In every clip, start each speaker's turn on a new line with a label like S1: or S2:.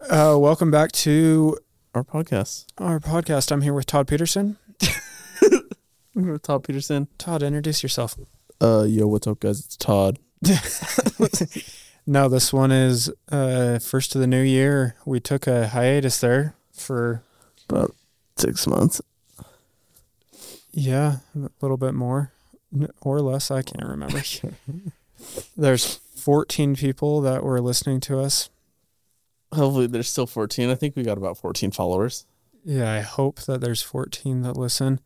S1: Uh, welcome back to
S2: Our podcast.
S1: our podcast. I'm here with Todd Peterson.
S2: Todd Peterson.
S1: Todd, introduce yourself.
S2: Uh, yo, what's up, guys? It's Todd.
S1: No, this one is uh, first of the new year. We took a hiatus there for,
S2: About six months.
S1: yeah, a little bit more n- or less. I can't remember. There's 14 people that were listening to us.
S2: Hopefully, there's still 14. I think we got about 14 followers.
S1: Yeah, I hope that there's 14 that listen.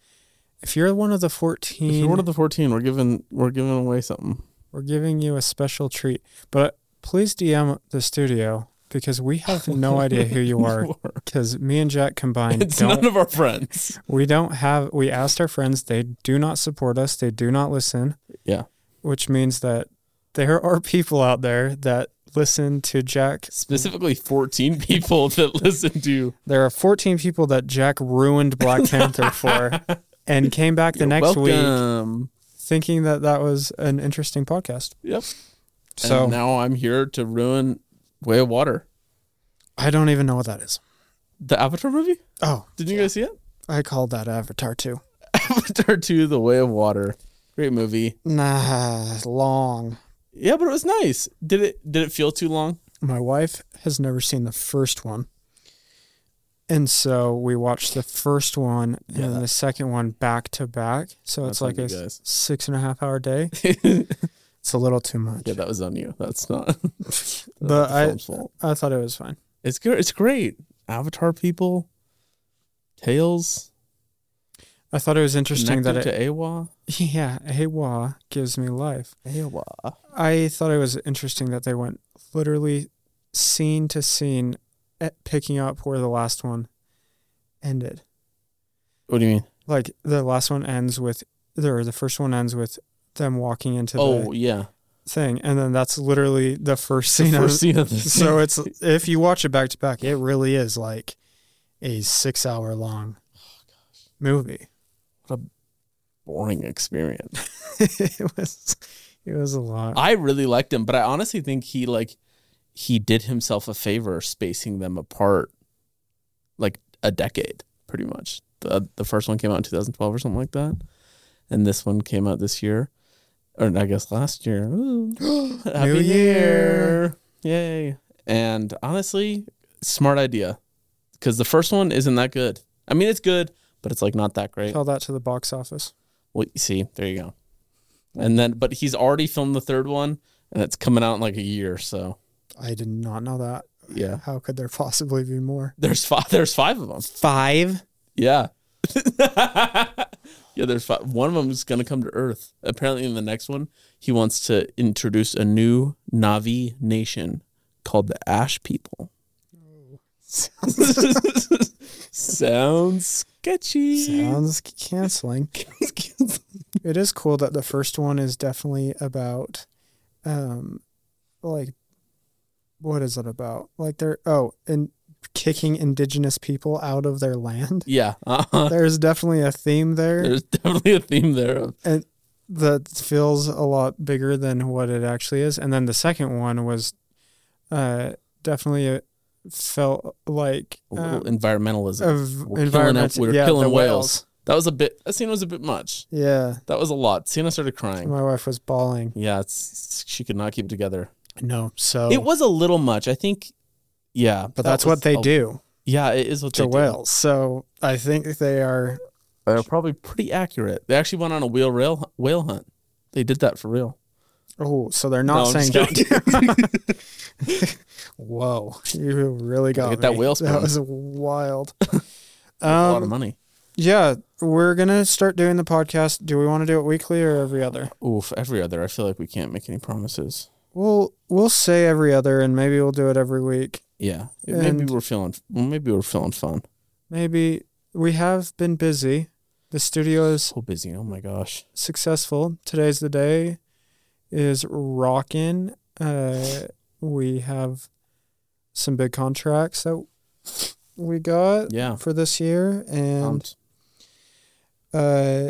S1: If you're one of the 14,
S2: If you're one of the 14, we're giving we're giving away something.
S1: We're giving you a special treat, but please DM the studio because we have no idea who you are. Because me and Jack combined
S2: It's
S1: don't.
S2: none of our friends.
S1: we don't have. We asked our friends; they do not support us. They do not listen,
S2: yeah,
S1: which means that there are people out there that listen to Jack.
S2: specifically 14 people that listen to.
S1: There are 14 people that Jack ruined Black Panther for, and came back the next week
S2: welcome.
S1: thinking that that was an interesting podcast.
S2: Yep.
S1: So
S2: and now I'm here to ruin Way of Water,
S1: I don't even know what that is.
S2: the Avatar movie.
S1: Oh,
S2: Did you guys see it?
S1: I called that Avatar too.
S2: Avatar 2: The Way of Water. Great movie.
S1: Nah, it's long.
S2: Yeah, but it was nice. Did it did it feel too long?
S1: My wife has never seen the first one. And so we watched the first one
S2: Yeah.
S1: and the second one back to back. So it's
S2: That's
S1: like
S2: on
S1: a
S2: you
S1: s-
S2: guys.
S1: six and a half hour day.
S2: yeah,
S1: It's a little too much.
S2: that was on you. That's not that's not
S1: But
S2: the
S1: I-
S2: film's fault.
S1: I thought it was fine.
S2: It's good. It's great. Avatar people, Tails,
S1: I thought it was interesting
S2: connected
S1: that it,
S2: to Awa.
S1: yeah, Awa gives me life.
S2: Awa.
S1: I thought it was interesting that they went literally scene to scene, at picking up where the last one ended.
S2: What do you mean?
S1: like the last one ends with or the first one ends with them walking into
S2: Oh
S1: the
S2: yeah,
S1: thing and then that's literally the first
S2: the
S1: scene of-
S2: first scene of this.
S1: so it's if you watch it back to back it really is like a six hour long movie
S2: boring experience.
S1: it was it was a lot
S2: I really liked him, but I honestly think he like he did himself a favor spacing them apart, like a decade, pretty much. the The first one came out in 2012 or something like that, and this one came out this year, or I guess last year. Ooh. Happy
S1: New year.
S2: Yay! And honestly, smart idea, because the first one isn't that good. I mean, it's good, but it's like not that great.
S1: tell that to the box office
S2: Well, you see, there you go. And then, but he's already filmed the third one, and it's coming out in like a year. So
S1: i did not know that
S2: yeah,
S1: how could there possibly be more
S2: there's five. There's five of them.
S1: five
S2: Yeah, yeah. There's five. One of them is gonna come to Earth. Apparently, in the next one, he wants to introduce a new Navi nation called the Ash People. Sounds sketchy.
S1: sounds canceling It is cool that the first one is definitely about, um, like, what is it about? Like they're oh, and kicking indigenous people out of their land.
S2: yeah, uh-huh.
S1: There's definitely a theme there
S2: there's definitely a theme there of
S1: that feels a lot bigger than what it actually is. And then the second one was, uh, definitely uh felt like
S2: a
S1: uh,
S2: little environmentalism.
S1: of
S2: We're killing
S1: environment.
S2: out- we're
S1: yeah,
S2: killing
S1: the
S2: whales. That was a bit. That scene was a bit much.
S1: Yeah,
S2: That was a lot. Sienna started crying.
S1: my wife was bawling.
S2: Yeah, it's, she could not keep it together.
S1: No, so
S2: It was a little much. I think. Yeah,
S1: Oh. but that's what they do.
S2: Yeah, it is what
S1: to
S2: they do.
S1: whales. So I think they are.
S2: They're probably pretty accurate. They actually went on a whale rail whale hunt. They did that for real.
S1: Oh, so they're not
S2: No, I'm
S1: saying
S2: just
S1: that. Whoa, you really got
S2: get that
S1: me.
S2: whale
S1: That
S2: spawn.
S1: was wild.
S2: a lot of
S1: um,
S2: money.
S1: yeah, we're gonna start doing the podcast. Do we want to do it weekly or every other?
S2: Oof, every other. I feel like we can't make any promises.
S1: We'll we'll say every other, and maybe we'll do it every week.
S2: Yeah, maybe
S1: And-
S2: we're feeling. Maybe we're feeling fun.
S1: Maybe we have been busy. The studio is
S2: So busy. Oh my gosh.
S1: successful. Today's the day is rocking. Uh, we have some big contracts that we got
S2: Yeah.
S1: for this year, and
S2: pumped.
S1: uh,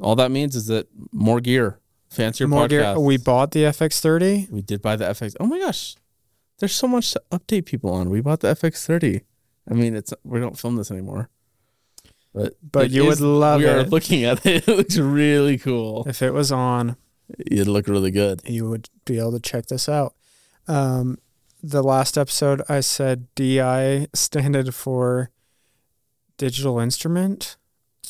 S2: All that means is that more gear. Fancier
S1: more
S2: podcast.
S1: gear- We bought the FX30.
S2: We did buy the FX. Oh my gosh. There's so much to update people on. We bought the FX30. I mean, it's we don't film this anymore. But
S1: But
S2: it
S1: you
S2: is-
S1: would love
S2: we are
S1: it.
S2: looking at it. It looks really cool.
S1: if it was on,
S2: It'd look really good.
S1: you would be able to check this out. Um, the last episode, I said DI standard for digital instrument.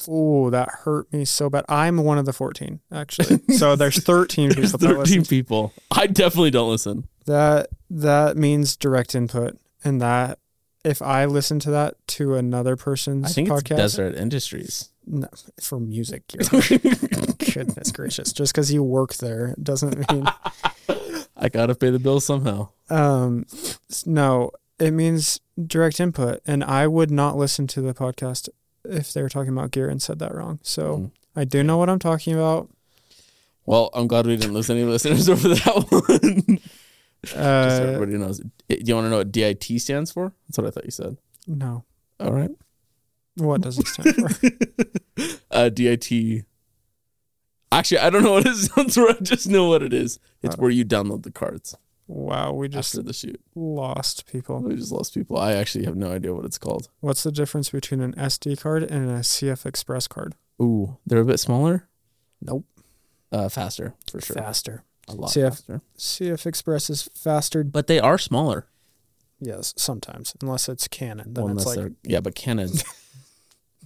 S1: Oh, that hurt me so bad. I'm one of the 14, actually. So there's 13
S2: There's
S1: people that listen.
S2: 13 people. I definitely don't listen.
S1: That that means direct input, and that if I listen to that to another person's
S2: I think it's
S1: podcast
S2: Desert Industries.
S1: No, for music, you're- goodness gracious, just because you work there doesn't mean.
S2: I gotta pay the bills somehow.
S1: Um, s- no, it means direct input, and I would not listen to the podcast if they were talking about gear and said that wrong. So
S2: Mm.
S1: I do know what I'm talking about.
S2: Well, I'm glad we didn't lose any listeners over that one. Just so
S1: Uh,
S2: everybody knows. Do you want to know what DIT stands for? That's what I thought you said.
S1: no,
S2: All right.
S1: what does it stand for?
S2: uh, DIT. Actually, I don't know what it stands for. I just know what it is. It's
S1: Uh,
S2: where you download the cards
S1: wow, we just
S2: after the shoot.
S1: lost people.
S2: We just lost people. I actually have no idea what it's called.
S1: What's the difference between an SD card and a CF Express card?
S2: Ooh, they're a bit smaller.
S1: Nope.
S2: Uh, faster for sure.
S1: Faster.
S2: A lot
S1: See, I've-
S2: faster.
S1: CF Express is faster.
S2: But they are smaller.
S1: Yes, sometimes, unless it's Canon. Then
S2: Well,
S1: it's like
S2: unless they're yeah, but Canon.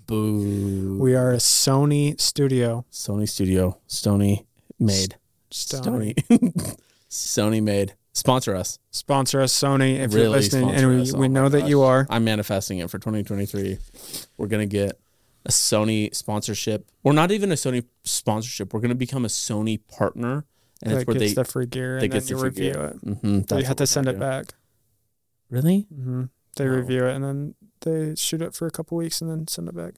S2: Boo.
S1: we are a Sony studio.
S2: Sony Studio, Sony made.
S1: Sony.
S2: Sony. Sony made. Sponsor us.
S1: Sponsor us, Sony, if
S2: Really
S1: you're listening, and
S2: sponsor
S1: we,
S2: us.
S1: we
S2: Oh my
S1: know that you
S2: gosh.
S1: are.
S2: I'm manifesting it for 2023. We're gonna get a Sony sponsorship, or not even a Sony sponsorship. We're gonna become a Sony partner, and it's
S1: that
S2: where
S1: gets
S2: they.
S1: the free gear
S2: they
S1: and
S2: get
S1: then
S2: the
S1: you
S2: free
S1: review
S2: gear.
S1: it.
S2: Mhm,
S1: They
S2: that's
S1: have
S2: what we're
S1: to send
S2: gonna
S1: it
S2: do.
S1: back.
S2: Really?
S1: hmm They
S2: No.
S1: review it and then they shoot it for a couple weeks and then send it back.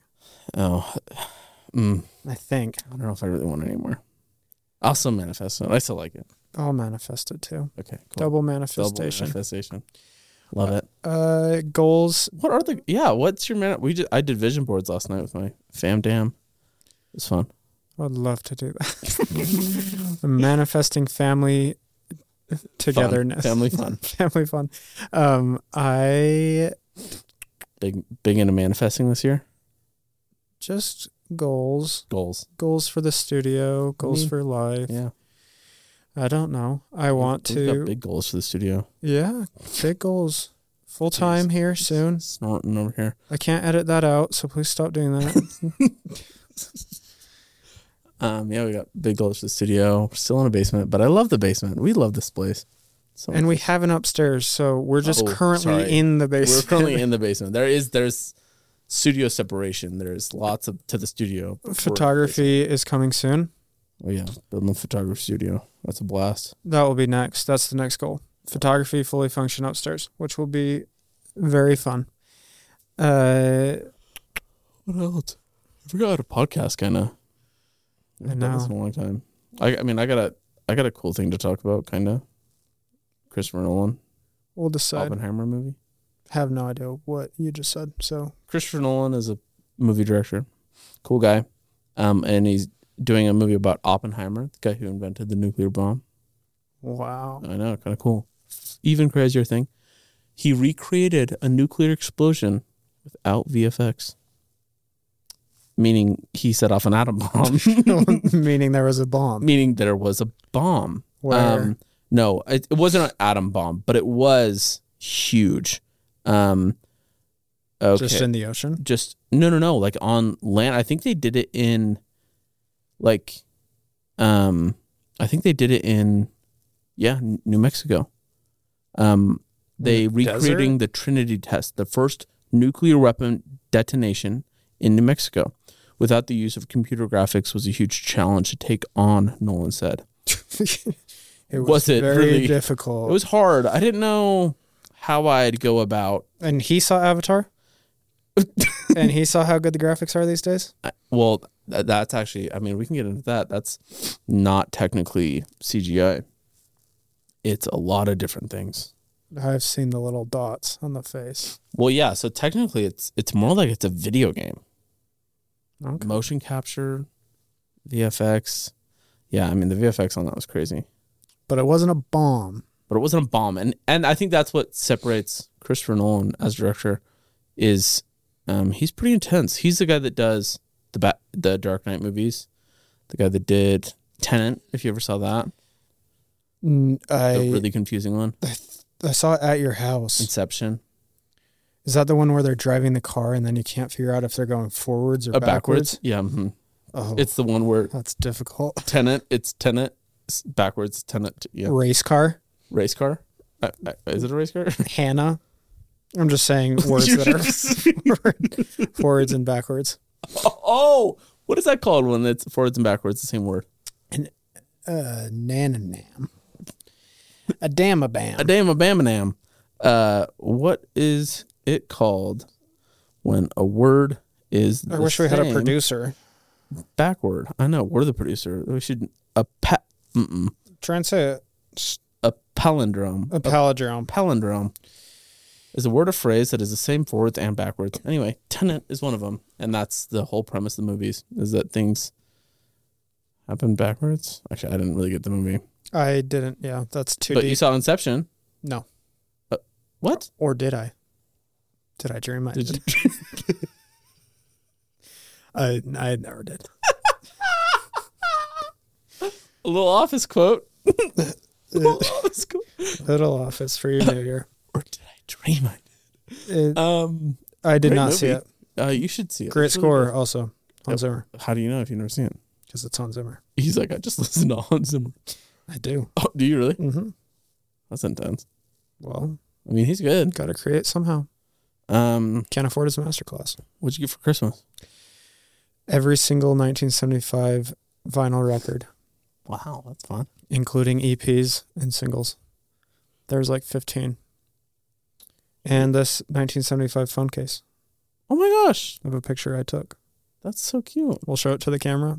S2: Oh, mm,
S1: I think
S2: I don't know if I really want it anymore. I'll still manifest it. I still like it.
S1: I'll manifest it too.
S2: Okay, cool.
S1: Double
S2: Double
S1: manifestation.
S2: manifestation. Love it.
S1: uh, goals.
S2: What are the yeah? What's your man? We just, I did vision boards last night with my fam. Damn, it was fun.
S1: I'd love to do that. Manifesting family togetherness.
S2: family fun.
S1: family fun. Um, I
S2: Big big into manifesting this year.
S1: just goals,
S2: Goals.
S1: goals for the studio, goals
S2: mean,
S1: for life.
S2: Mm-hmm. Yeah,
S1: I don't know. I want
S2: We've got
S1: to.
S2: big goals for the studio.
S1: yeah, big goals. Full time here soon.
S2: Snorting over here.
S1: I can't edit that out, so please stop doing that.
S2: Um, yeah, we got big goals for the studio. We're still in a basement, but I love the basement. We love this place. So
S1: and we have an upstairs, so we're just
S2: Oh,
S1: currently
S2: sorry.
S1: in the
S2: we're
S1: basement.
S2: currently in the basement. There is there's studio separation. There's lots of to the studio. but we're in the
S1: Photography is coming soon.
S2: basement. Oh yeah, building a photography studio. That's a blast.
S1: That will be next. That's the next goal. Photography fully function upstairs, which will be very fun. Uh,
S2: What else? I forgot how to podcast kind of.
S1: I
S2: This in a long time. I, I mean, I got a I got a cool thing to talk about, kind of. Christopher Nolan,
S1: we'll decide.
S2: Oppenheimer movie.
S1: Have no idea what you just said. So
S2: Christopher Nolan is a movie director, cool guy, um, and he's doing a movie about Oppenheimer, the guy who invented the nuclear bomb.
S1: wow,
S2: I know, kind of cool. Even crazier thing, he recreated a nuclear explosion without VFX, meaning he set off an atom bomb,
S1: meaning there was a bomb.
S2: meaning there was a bomb.
S1: Where
S2: Um, no, it, it wasn't an atom bomb, but it was huge. Um, okay,
S1: just
S2: just,
S1: in the ocean.
S2: no, no, no, like on land. I think they did it in, like, um, I think they did it in, yeah, N- New Mexico. Um, they
S1: In the
S2: recreating the Trinity test, the first nuclear weapon detonation in New Mexico. Without the use of computer graphics was a huge challenge to take on, Nolan said.
S1: it was,
S2: Was it
S1: very
S2: really?
S1: difficult.
S2: It was hard. I didn't know how I'd go about.
S1: and he saw Avatar, and he saw how good the graphics are these days.
S2: Well, th- that's actually. I mean, we can get into that. That's not technically CGI. It's a lot of different things.
S1: I've seen the little dots on the face.
S2: Well, yeah. So technically, it's it's more like it's a video game.
S1: Okay.
S2: Motion capture, VFX. Yeah, I mean the VFX on that was crazy,
S1: But it wasn't a bomb.
S2: but it wasn't a bomb. And and I think that's what separates Christopher Nolan as director is um, he's pretty intense. He's the guy that does the ba- the Dark Knight movies, the guy that did Tenant, if you ever saw that,
S1: Mm, I
S2: the really confusing one,
S1: I, th- I saw it at your house.
S2: Inception,
S1: Is that the one where they're driving the car and then you can't figure out if they're going forwards or
S2: uh,
S1: backwards?
S2: backwards. Yeah, hmm
S1: Oh,
S2: it's the one where
S1: that's difficult.
S2: Tenant, it's Tenant s- backwards, Tenant, yeah,
S1: Race car,
S2: race car. Uh, uh, is it a race car?
S1: Hannah. I'm just saying words that are forward- forwards and backwards.
S2: oh, what is that called when it's forwards and backwards? The same word.
S1: Uh, nananam. A damabam.
S2: a damn a bamanam. Uh, what is it called when a word is?
S1: I
S2: the
S1: wish we had a
S2: same
S1: producer.
S2: backward. I know we're the producer. We should a pa- mm-mm.
S1: Try and say a,
S2: a palindrome.
S1: a palindrome.
S2: palindrome is a word or phrase that is the same forwards and backwards. Anyway, tenant is one of them, and that's the whole premise of the movies is that things happen backwards. Actually, I didn't really get the movie,
S1: I didn't. Yeah, that's too
S2: but
S1: deep.
S2: you saw Inception.
S1: no,
S2: What?
S1: or did I? Did I dream? I did.
S2: Did you?
S1: I I never did.
S2: a little office quote.
S1: Uh,
S2: Office quote.
S1: Little office for your new year.
S2: or did I dream I
S1: It,
S2: Um,
S1: I did
S2: great
S1: not see
S2: movie.
S1: it.
S2: uh, you should see it.
S1: Great
S2: It's really
S1: score also. Hans
S2: Yep.
S1: Zimmer
S2: good. How do you know if you've never seen it?
S1: because it's Hans Zimmer.
S2: He's like, I just listened to Hans Zimmer.
S1: I do.
S2: Oh, do you really?
S1: Mm-hmm.
S2: That's intense.
S1: Well,
S2: I mean, he's good.
S1: got to create somehow.
S2: Um,
S1: Can't afford his masterclass.
S2: what'd you get for Christmas?
S1: Every single 1975 vinyl record,
S2: Wow, that's fun.
S1: including EPs and singles. There's like 15. And this 1975 phone case
S2: Oh my gosh,
S1: of a picture I took.
S2: that's so cute.
S1: We'll show it to the camera.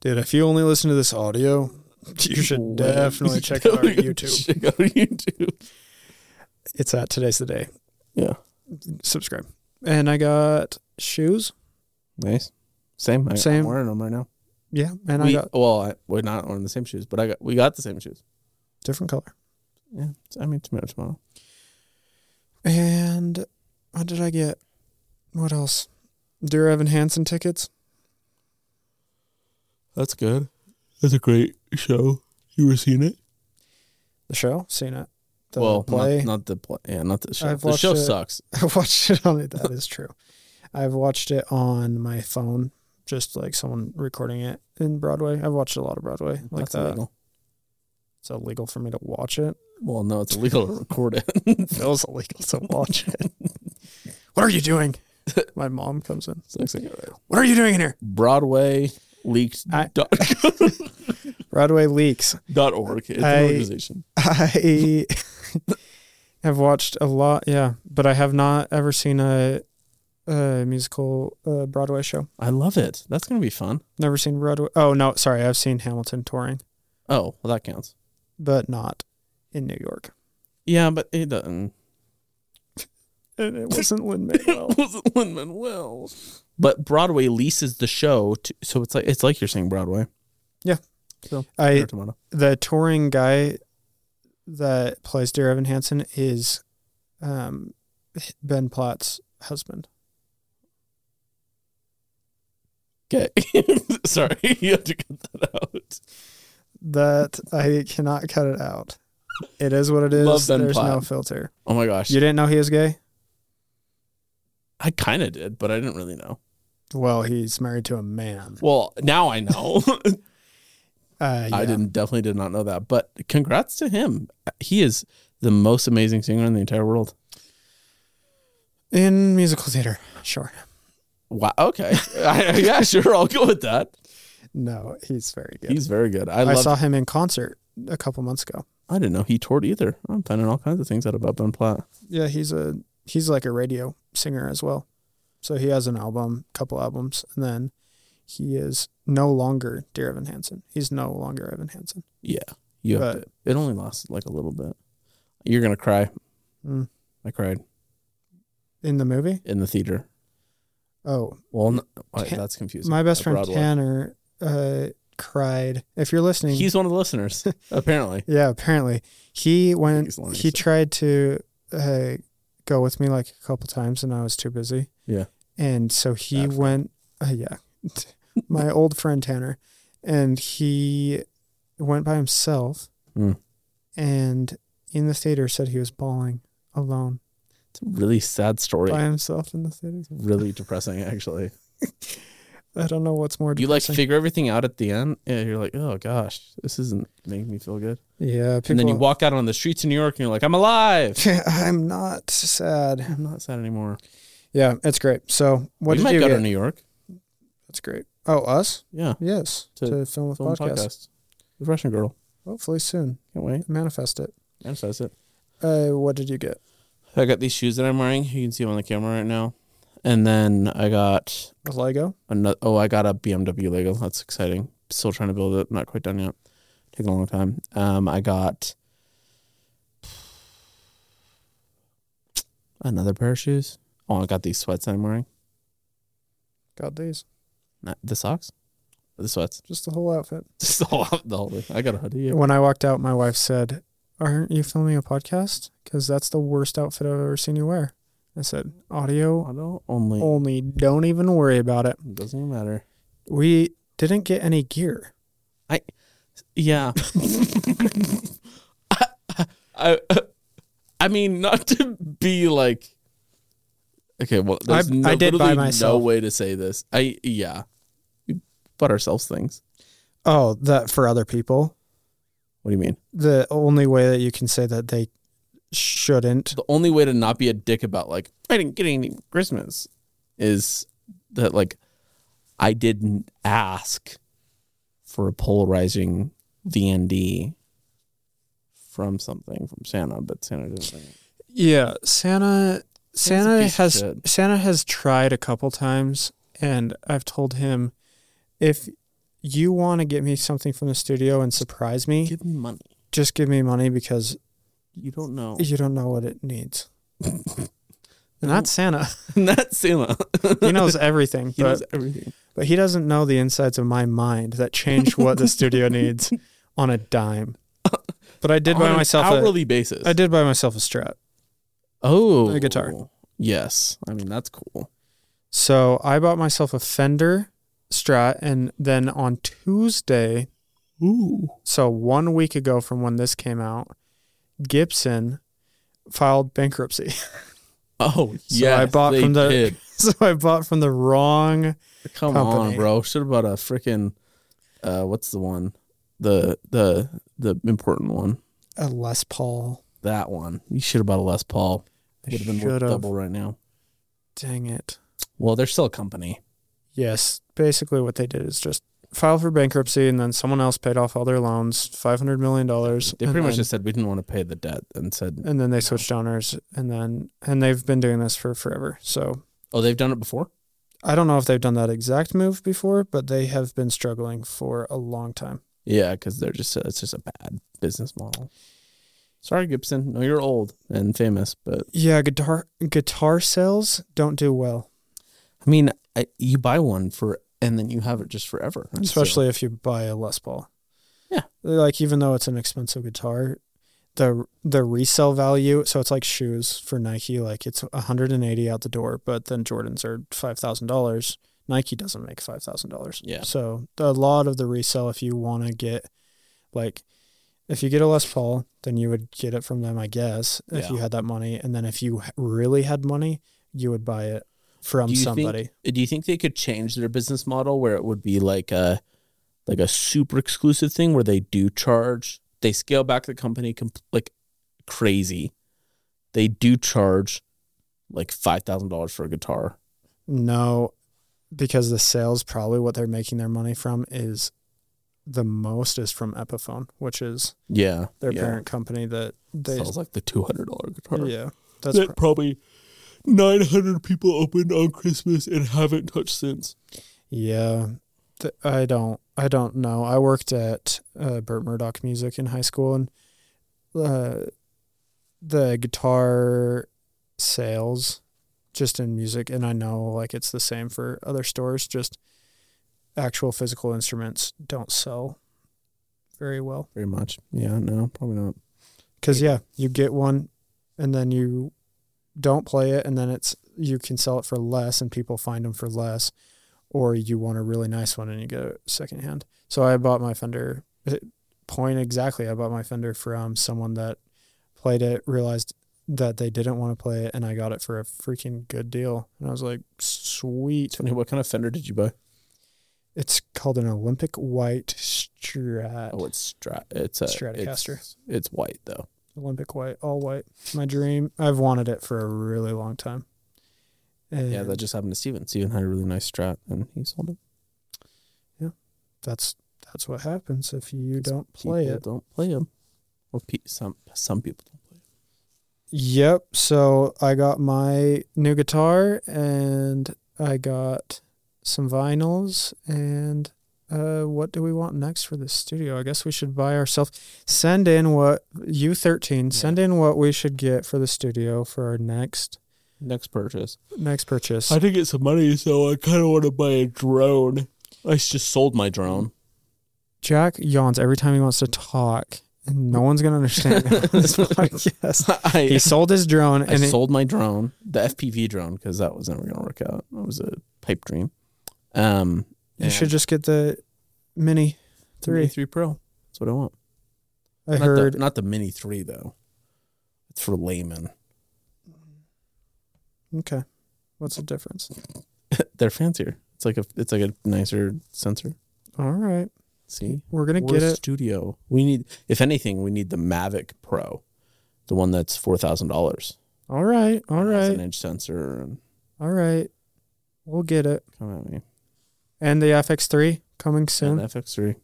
S1: Dude, if you only listen to this audio, you should definitely check out our YouTube.
S2: Check out YouTube.
S1: It's at today's the day.
S2: Yeah.
S1: Subscribe. And I got shoes.
S2: Nice. Same. I,
S1: Same.
S2: I'm wearing them right now.
S1: Yeah. And
S2: we,
S1: I got
S2: well, I, we're not wearing the same shoes, but I got we got the same shoes.
S1: different color.
S2: Yeah. I mean, tomorrow, tomorrow.
S1: And what did I get? What else? Dear Evan Hansen tickets.
S2: That's good. That's a great show. You were seeing it?
S1: The show. Seen it. The
S2: well,
S1: play.
S2: Not, not the play. Yeah, not the show.
S1: I've
S2: the show
S1: watched it.
S2: sucks.
S1: I watched it on it. That is true. I've watched it on my phone, just like someone recording it in Broadway. I've watched a lot of Broadway like
S2: That's
S1: that.
S2: illegal.
S1: It's illegal for me to watch it.
S2: Well, no, it's illegal to record it.
S1: feels illegal to watch it. what are you doing? My mom comes in.
S2: Sucks anyway.
S1: What are you doing in here?
S2: Broadway leaked
S1: I-
S2: dot,
S1: Broadway leaks.
S2: dot org. It's
S1: I-
S2: an organization.
S1: I have watched a lot, yeah, but I have not ever seen a, a musical uh, Broadway show.
S2: I love it. That's gonna be fun.
S1: Never seen Broadway. Oh no, sorry, I've seen Hamilton touring,
S2: Oh, well, that counts.
S1: but not in New York.
S2: Yeah, but it doesn't.
S1: And it wasn't Lin Manuel.
S2: wasn't Lin Manuel. But Broadway leases the show, to, so it's like it's like you're saying Broadway.
S1: I
S2: or Tomato.
S1: the touring guy that plays Dear Evan Hansen is um, Ben Platt's husband.
S2: Okay, sorry, you have to cut that out.
S1: that I cannot cut it out. It is what it is.
S2: Love Ben
S1: There's no
S2: Platt.
S1: filter.
S2: Oh my gosh,
S1: You didn't know he was gay?
S2: I kind of did, but I didn't really know.
S1: Well, he's married to a man.
S2: Well, now I know.
S1: Uh,
S2: I
S1: yeah.
S2: didn't definitely did not know that. But congrats to him. He is the most amazing singer in the entire world.
S1: In musical theater, sure.
S2: Wow. Okay. I, yeah, sure. I'll go with that.
S1: No, he's very good.
S2: He's very good.
S1: I,
S2: I, love.
S1: saw him in concert a couple months ago.
S2: I didn't know he toured either. I'm finding all kinds of things out about Ben Platt.
S1: Yeah, he's a he's like a radio singer as well. So he has an album, couple albums, and then he is no longer Dear Evan Hansen. He's no longer Evan Hansen.
S2: Yeah. You have
S1: But-
S2: to- it only lasts like a little bit. You're gonna cry.
S1: Mm.
S2: I cried
S1: In the movie,
S2: in the theater.
S1: oh,
S2: Well, n- wait,
S1: Tan-
S2: that's confusing.
S1: my best
S2: At
S1: friend
S2: Broadway.
S1: Tanner uh, cried. If you're listening,
S2: He's one of the listeners, apparently.
S1: yeah, apparently he went.
S2: He's lying,
S1: He
S2: so-
S1: tried to uh, go with me like a couple times, and I was too busy.
S2: Yeah.
S1: and so he
S2: Bad friend.
S1: went. Uh, yeah, my old friend Tanner, and he went by himself,
S2: Hmm.
S1: and in the theater said he was bawling alone
S2: It's a really sad story.
S1: by himself in the theater.
S2: Really depressing, actually.
S1: I don't know what's more.
S2: You like
S1: depressing.
S2: figure everything out at the end, and you're like, oh gosh, this isn't making me feel good.
S1: yeah, people,
S2: and then you walk out on the streets of New York, and you're like, I'm alive.
S1: I'm not sad.
S2: I'm not sad anymore.
S1: Yeah, it's great. So what
S2: we
S1: did
S2: might
S1: you
S2: go
S1: get?
S2: to New York.
S1: That's great. Oh, us?
S2: Yeah,
S1: Yes, to,
S2: To
S1: film with
S2: film
S1: podcast.
S2: podcast. The Russian girl.
S1: Hopefully soon.
S2: Can't wait.
S1: Manifest it.
S2: And says it.
S1: Uh, what did you get?
S2: I got these shoes that I'm wearing. You can see them on the camera right now. And then I got
S1: A Lego.
S2: another. Oh, I got a BMW Lego. That's exciting. Still trying to build it. Not quite done yet. Taking a long time. Um, I got another pair of shoes. Oh, I got these sweats that I'm wearing.
S1: Got these.
S2: Not the socks. The sweats.
S1: Just the whole outfit.
S2: Just the whole, the whole thing. I got a hoodie.
S1: When I walked out, my wife said, "Aren't you filming a podcast? Because that's the worst outfit I've ever seen you wear." I said, "Audio
S2: Auto only.
S1: only. Don't even worry about it."
S2: Doesn't even matter.
S1: We didn't get any gear.
S2: Yeah. I, I, I mean, not to be like. Okay, well, there's
S1: I-
S2: no,
S1: I did buy
S2: literally
S1: myself.
S2: no way to say this. I yeah, we bought ourselves things.
S1: Oh, that for other people.
S2: What do you mean?
S1: The only way that you can say that they shouldn't.
S2: The only way to not be a dick about like I didn't get anything for Christmas is that like I didn't ask for a polarizing VND from something from Santa, but Santa didn't bring it.
S1: Yeah, Santa. Santa
S2: piece of
S1: has
S2: shit.
S1: Santa has tried a couple times, and I've told him, if you want to get me something from the studio and surprise me,
S2: Give me money.
S1: just give me money because
S2: You don't know.
S1: you don't know what it needs. Not Santa.
S2: Not Santa.
S1: He knows everything,
S2: He
S1: but,
S2: knows everything.
S1: but he doesn't know the insides of my mind that changed what the studio needs on a dime. But I did
S2: On
S1: buy
S2: an
S1: myself a,
S2: hourly basis.
S1: I did buy myself a strap.
S2: oh,
S1: a guitar.
S2: Yes, I mean that's cool.
S1: So I bought myself a Fender Strat, and then on Tuesday,
S2: Ooh,
S1: so one week ago from when this came out, Gibson filed bankruptcy.
S2: oh
S1: So I
S2: yeah.
S1: bought
S2: they
S1: from the-
S2: did.
S1: so I bought from the wrong.
S2: Come
S1: company.
S2: on, bro. Should have bought a freaking. Uh, what's the one? The the the important one.
S1: A uh, Les Paul.
S2: That one. You should have bought a Les Paul.
S1: I
S2: Would have been worth
S1: should've.
S2: double right now.
S1: Dang it.
S2: Well, they're still a company.
S1: Yes. Basically, what they did is just file for bankruptcy, and then someone else paid off all their loans, five hundred million dollars.
S2: They pretty much just said we didn't want to pay the debt and said,
S1: And then they switched owners, and then and they've been doing this for forever. So
S2: "Oh, they've done it before."
S1: I don't know if they've done that exact move before, but they have been struggling for a long time.
S2: Yeah, because they're just it's just a bad business model. Sorry, Gibson. No, you're old and famous, but
S1: Yeah, guitar guitar sales don't do well,
S2: I mean, I, you buy one for and then you have it just forever. And so-
S1: especially if you buy a Les Paul.
S2: Yeah.
S1: Like even though it's an expensive guitar, the the resale value, so it's like shoes for Nike, like it's 180 out the door, but then Jordans are $5,000. Nike doesn't make $5,000.
S2: Yeah.
S1: So a lot of the resale if you want to get like if you get a Les Paul, then you would get it from them, I guess, if
S2: Yeah.
S1: you had that money. And then if you h- really had money, you would buy it from
S2: Do you think-
S1: somebody.
S2: do you think they could change their business model where it would be like a like a super exclusive thing where they do charge? They scale back the company comp- like crazy. They do charge like five thousand dollars for a guitar.
S1: no, because the sales probably what they're making their money from is the most is from Epiphone, which is
S2: Yeah,
S1: their
S2: yeah.
S1: parent company that they
S2: sells like the two hundred dollar guitar.
S1: yeah. That's
S2: that
S1: pro-
S2: probably 900 people opened on Christmas and haven't touched since.
S1: Yeah, th- I don't. I don't know. I worked at uh, Burt Murdoch Music in high school, and uh, the guitar sales, just in music, and I know like it's the same for other stores. Just actual physical instruments don't sell very well.
S2: Very much. Yeah, no, probably not.
S1: Because yeah, you get one, and then you don't play it, and then it's you can sell it for less, and people find them for less, or you want a really nice one and you get it secondhand. So I bought my Fender eh, point exactly. I bought my Fender from someone that played it, realized that they didn't want to play it, and I got it for a freaking good deal. And I was like, sweet.
S2: Tony, what kind of fender did you buy?
S1: It's called an Olympic White Strat.
S2: Oh, it's strat. It's a
S1: Stratocaster.
S2: It's, it's white though.
S1: Olympic White, all white. My dream. I've wanted it for a really long time. And
S2: Yeah, that just happened to Steven. Steven had a really nice strat, and he sold it.
S1: that's that's what happens if you
S2: It's
S1: don't play
S2: People
S1: it.
S2: Don't play him. Well, pe- some some people don't play. 'em.
S1: Yep. So I got my new guitar and I got some vinyls and uh what do we want next for the studio? I guess we should buy ourselves send in what you 13 send in what we should get for the studio for our next
S2: Next purchase.
S1: next purchase.
S2: I didn't get some money, so I kind of want to buy a drone. I just sold my drone.
S1: Jack yawns every time he wants to talk and no one's going to understand him on this podcast.
S2: I,
S1: He sold his drone
S2: I
S1: and it,
S2: sold my drone, the FPV drone, because that was never going to work out. That was a pipe dream. Um,
S1: you should just get the mini 3.
S2: three three Pro. That's what I want.
S1: I
S2: not
S1: heard
S2: the, not the Mini Three though. It's for laymen.
S1: Okay. What's the difference?
S2: They're fancier. It's like a it's like a nicer sensor.
S1: All right.
S2: See,
S1: We're going to
S2: We're
S1: get it.
S2: studio. We need, if anything, we need the Mavic Pro, the one that's four thousand dollars.
S1: All right. All
S2: an
S1: right.
S2: inch sensor and
S1: All right. We'll get it.
S2: come at me.
S1: And the FX3 coming soon.
S2: And FX three,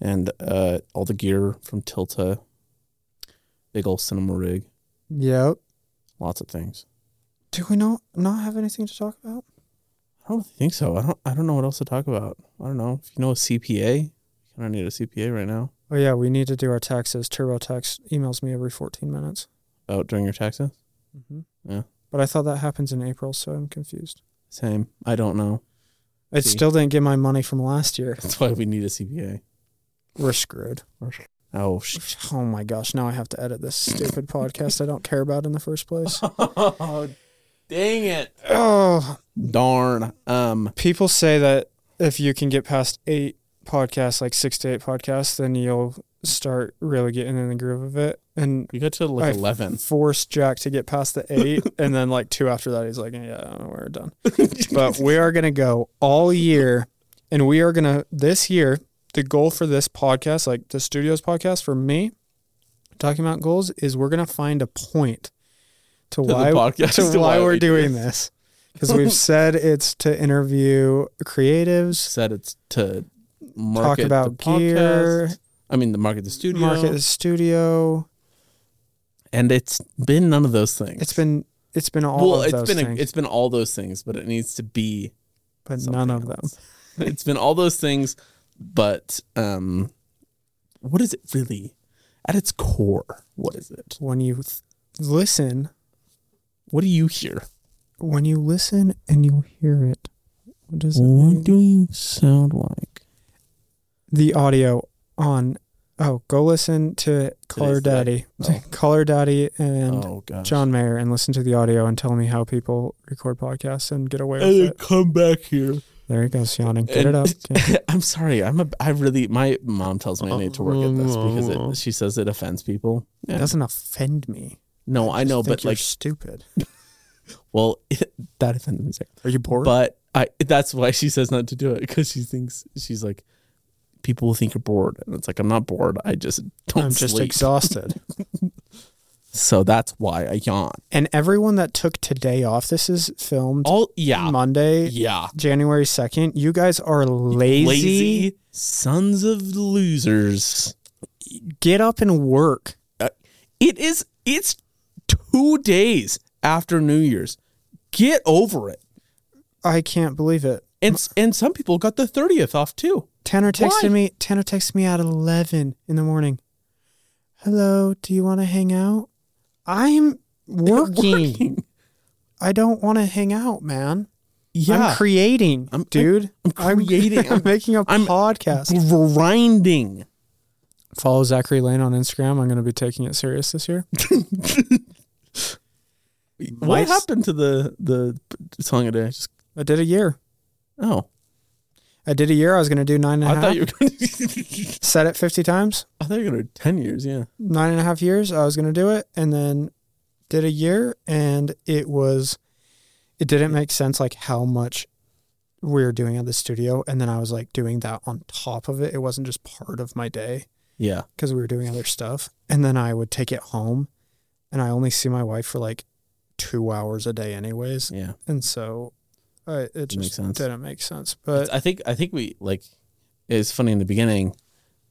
S2: and uh, all the gear from Tilta. Big old cinema rig,
S1: Yep.
S2: lots of things.
S1: Do we not not have anything to talk about?
S2: I don't think so. I don't. I don't know what else to talk about. I don't know if you know a CPA. I don't need a CPA right now.
S1: Oh yeah, we need to do our taxes. TurboTax emails me every 14 minutes.
S2: Out during your taxes.
S1: Mm-hmm.
S2: Yeah.
S1: But I thought that happens in April, so I'm confused.
S2: Same. I don't know.
S1: It
S2: See.
S1: still didn't get my money from last year.
S2: That's why we need a CPA.
S1: We're screwed.
S2: Oh, sh-
S1: Oh my gosh, now I have to edit this stupid podcast I don't care about in the first place.
S2: oh, dang it!
S1: Oh,
S2: Darn. Um.
S1: people say that if you can get past eight podcasts, like six to eight podcasts, then you'll start really getting in the groove of it. And
S2: We got to like
S1: I
S2: eleven.
S1: forced Jack to get past the eight, and then like two after that, he's like, "Yeah, we're done." but we are gonna go all year, and we are gonna this year. The goal for this podcast, like the studios podcast, for me, talking about goals is we're gonna find a point to
S2: the
S1: why
S2: podcast
S1: to
S2: to
S1: why
S2: why
S1: we're
S2: we do
S1: doing this because we've said it's to interview creatives,
S2: Said it's to
S1: talk
S2: market
S1: about
S2: the podcast.
S1: gear,
S2: I mean, the market the studio.
S1: market the studio.
S2: And it's been none of those things.
S1: It's been it's been all
S2: well.
S1: of
S2: It's
S1: those
S2: been a,
S1: things,
S2: it's been all those things, but it needs to be
S1: but
S2: something
S1: none of them.
S2: else. it's been all those things, but um, what is it really? At its core, what is it?
S1: When you th- listen,
S2: What do you hear?
S1: when you listen and you hear it, what does it mean?
S2: do you sound like?
S1: the audio on? Oh, go listen to Color
S2: today.
S1: Daddy,
S2: Oh.
S1: Color Daddy, and
S2: oh god,
S1: John Mayer, and listen to the audio and tell me how people record podcasts and get away with
S2: And then
S1: it.
S2: come back here.
S1: There he goes yawning. Get
S2: Uh, and-
S1: it up. kid.
S2: I'm sorry. I'm a. I really. My mom tells me I need to work at this because it, she says it offends people.
S1: It
S2: Yeah.
S1: doesn't offend me.
S2: no, I know,
S1: Just think
S2: but
S1: you're
S2: like,
S1: stupid.
S2: well, that offends me. Sorry.
S1: Are you bored?
S2: But I. That's why she says not to do it because she thinks she's like, people will think you're bored, and it's like I'm not bored. I just don't
S1: I'm just
S2: sleep.
S1: exhausted.
S2: so that's why I yawn.
S1: and everyone that took today off, this is filmed
S2: All yeah,
S1: Monday,
S2: Oh, yeah.
S1: January 2nd. You guys are lazy.
S2: Lazy sons of losers.
S1: Get up and work.
S2: It is. It's two days after New Year's. Get over it.
S1: I can't believe it.
S2: and s- and some people got the thirtieth off too.
S1: Tanner texted
S2: Why?
S1: me. Tanner texted me at 11 in the morning. Hello, do you want to hang out? I'm working. I don't want to hang out, man.
S2: yeah,
S1: I'm creating,
S2: I'm-
S1: dude.
S2: I'm creating.
S1: I'm,
S2: I'm
S1: making a
S2: I'm-
S1: podcast.
S2: grinding.
S1: Follow Zachary Lane on Instagram. I'm going to be taking it serious this year.
S2: What
S1: Life's-
S2: happened to the the song a day? Just
S1: I did a year.
S2: oh,
S1: I did a year. I was going to do nine and a
S2: I
S1: half.
S2: thought you were. Gonna,
S1: Said it 50 times.
S2: I thought you were gonna do ten years. Yeah,
S1: nine and a half years I was going to do it and then did a year and it was it didn't make sense like how much we were doing at the studio and then I was like doing that on top of it it wasn't just part of my day
S2: yeah.
S1: cuz we were doing other stuff and then I would take it home and I only see my wife for like 2 hours a day anyways
S2: Yeah,
S1: and so I, it
S2: makes
S1: just
S2: sense.
S1: didn't make sense but
S2: I think I think we like. It's funny in the beginning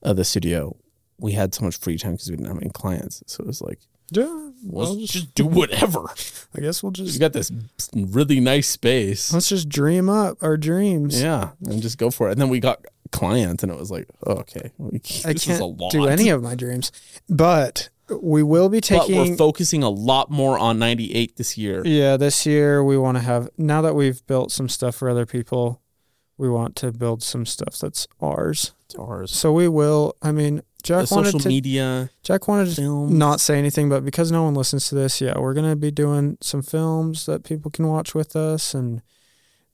S2: of the studio, we had so much free time because we didn't have any clients, so it was like,
S1: yeah
S2: well,
S1: well,
S2: let's just do whatever.
S1: I guess we'll
S2: We
S1: just
S2: got this really nice space,
S1: let's just dream up our dreams
S2: yeah, and just go for it. And then we got clients, and it was like, oh, okay, we,
S1: I
S2: this
S1: can't
S2: is a lot.
S1: do any of my dreams, but we will be
S2: but we're
S1: taking.
S2: focusing a lot more on 98 this year.
S1: yeah, this year we want to have. Now that we've built some stuff for other people, we want to build some stuff that's ours.
S2: It's ours.
S1: So we will. I mean,
S2: The
S1: Jack wanted
S2: social
S1: to.
S2: media,
S1: Jack wanted to
S2: film.
S1: not say anything, but because no one listens to this, yeah, we're gonna be doing some films that people can watch with us, and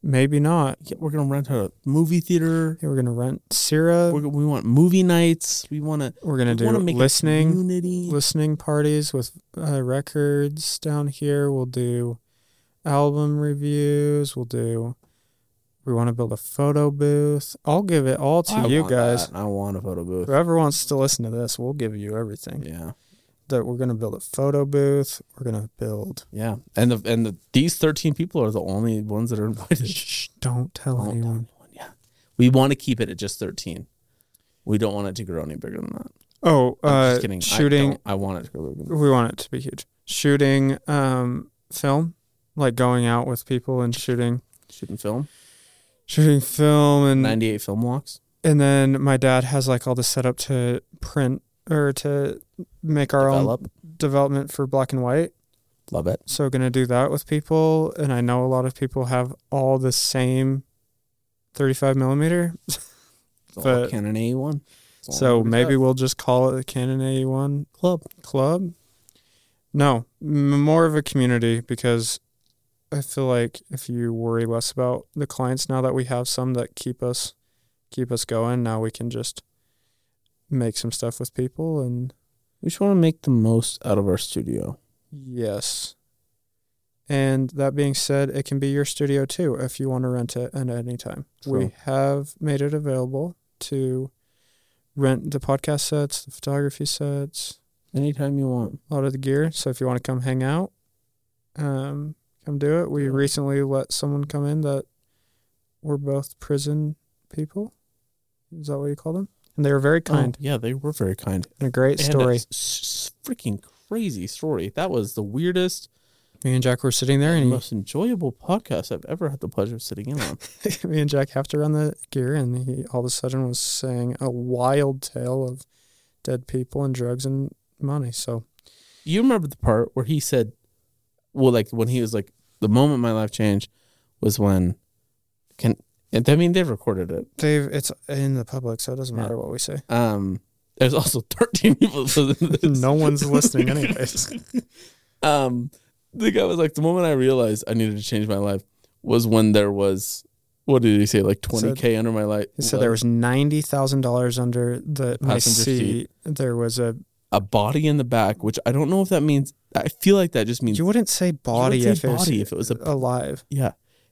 S1: maybe not.
S2: Yeah, we're gonna rent a movie theater.
S1: Yeah, We're gonna rent Sierra.
S2: We're,
S1: We're,
S2: go- we want movie nights. We want to.
S1: gonna
S2: We
S1: do
S2: want to make a
S1: listening.
S2: community.
S1: listening parties with uh, records down here. We'll do album reviews. We'll do. We want to build a photo booth. I'll give it all to
S2: I
S1: you
S2: want
S1: guys.
S2: that. I want a photo booth.
S1: Whoever wants to listen to this, we'll give you everything.
S2: Yeah,
S1: That we're gonna build a photo booth. We're gonna build.
S2: yeah. And the and the, these thirteen people are the only ones that are invited.
S1: Shh, don't tell
S2: Don't tell
S1: anyone.
S2: yeah, we want to keep it at just thirteen. We don't want it to grow any bigger than that.
S1: Oh,
S2: I'm
S1: uh,
S2: just kidding. I
S1: shooting.
S2: don't- I, want it to grow bigger. Than
S1: We want it to be huge. Shooting um film, like going out with people and shooting,
S2: Shooting film.
S1: shooting film and
S2: Ninety eight film walks.
S1: and then my dad has like all the setup to print or to make our
S2: Develop.
S1: own development for black and white
S2: Love it.
S1: so gonna do that with people and i know a lot of people have all the same 35 millimeter
S2: It's all
S1: But-
S2: Canon A one.
S1: so maybe we'll just call it the canon a1
S2: club.
S1: club no m- more of a community because i feel like if you worry less about the clients now that we have some that keep us keep us going now we can just make some stuff with people and
S2: We just want to make the most out of our studio.
S1: yes and that being said it can be your studio too if you want to rent it at any time
S2: True.
S1: we have made it available to rent the podcast sets the photography sets
S2: Anytime you want.
S1: a lot of the gear. So if you want to come hang out, um, come do it. We
S2: Yeah.
S1: recently let someone come in that were both prison people. Is that what you call them? And they were very kind
S2: Oh, yeah, they were very kind.
S1: and a great
S2: They had
S1: story.
S2: a s- s- freaking crazy story. That was the weirdest,
S1: Me and Jack were sitting there, and
S2: most enjoyable podcast I've ever had the pleasure of sitting in on.
S1: he, me and Jack have to run the gear, and he all of a sudden was saying a wild tale of dead people and drugs and money. So
S2: you remember the part where he said, "Well, like when he was like, the moment my life changed was when can." and I mean, they recorded it.
S1: Dave, it's in the public, so it doesn't
S2: Yeah.
S1: matter what we say.
S2: Um, there's also 13 people. listening to this.
S1: no one's listening, anyways.
S2: um, the guy was like, the moment I realized I needed to change my life was when there was, what did he say, like 20K under my life?
S1: He said there was ninety thousand dollars under the my
S2: Passenger
S1: seat. There was a.
S2: a body in the back, which I don't know if that means, I feel like that just means,
S1: You wouldn't say body,
S2: say
S1: if, it was
S2: body if it was a-
S1: alive.
S2: yeah,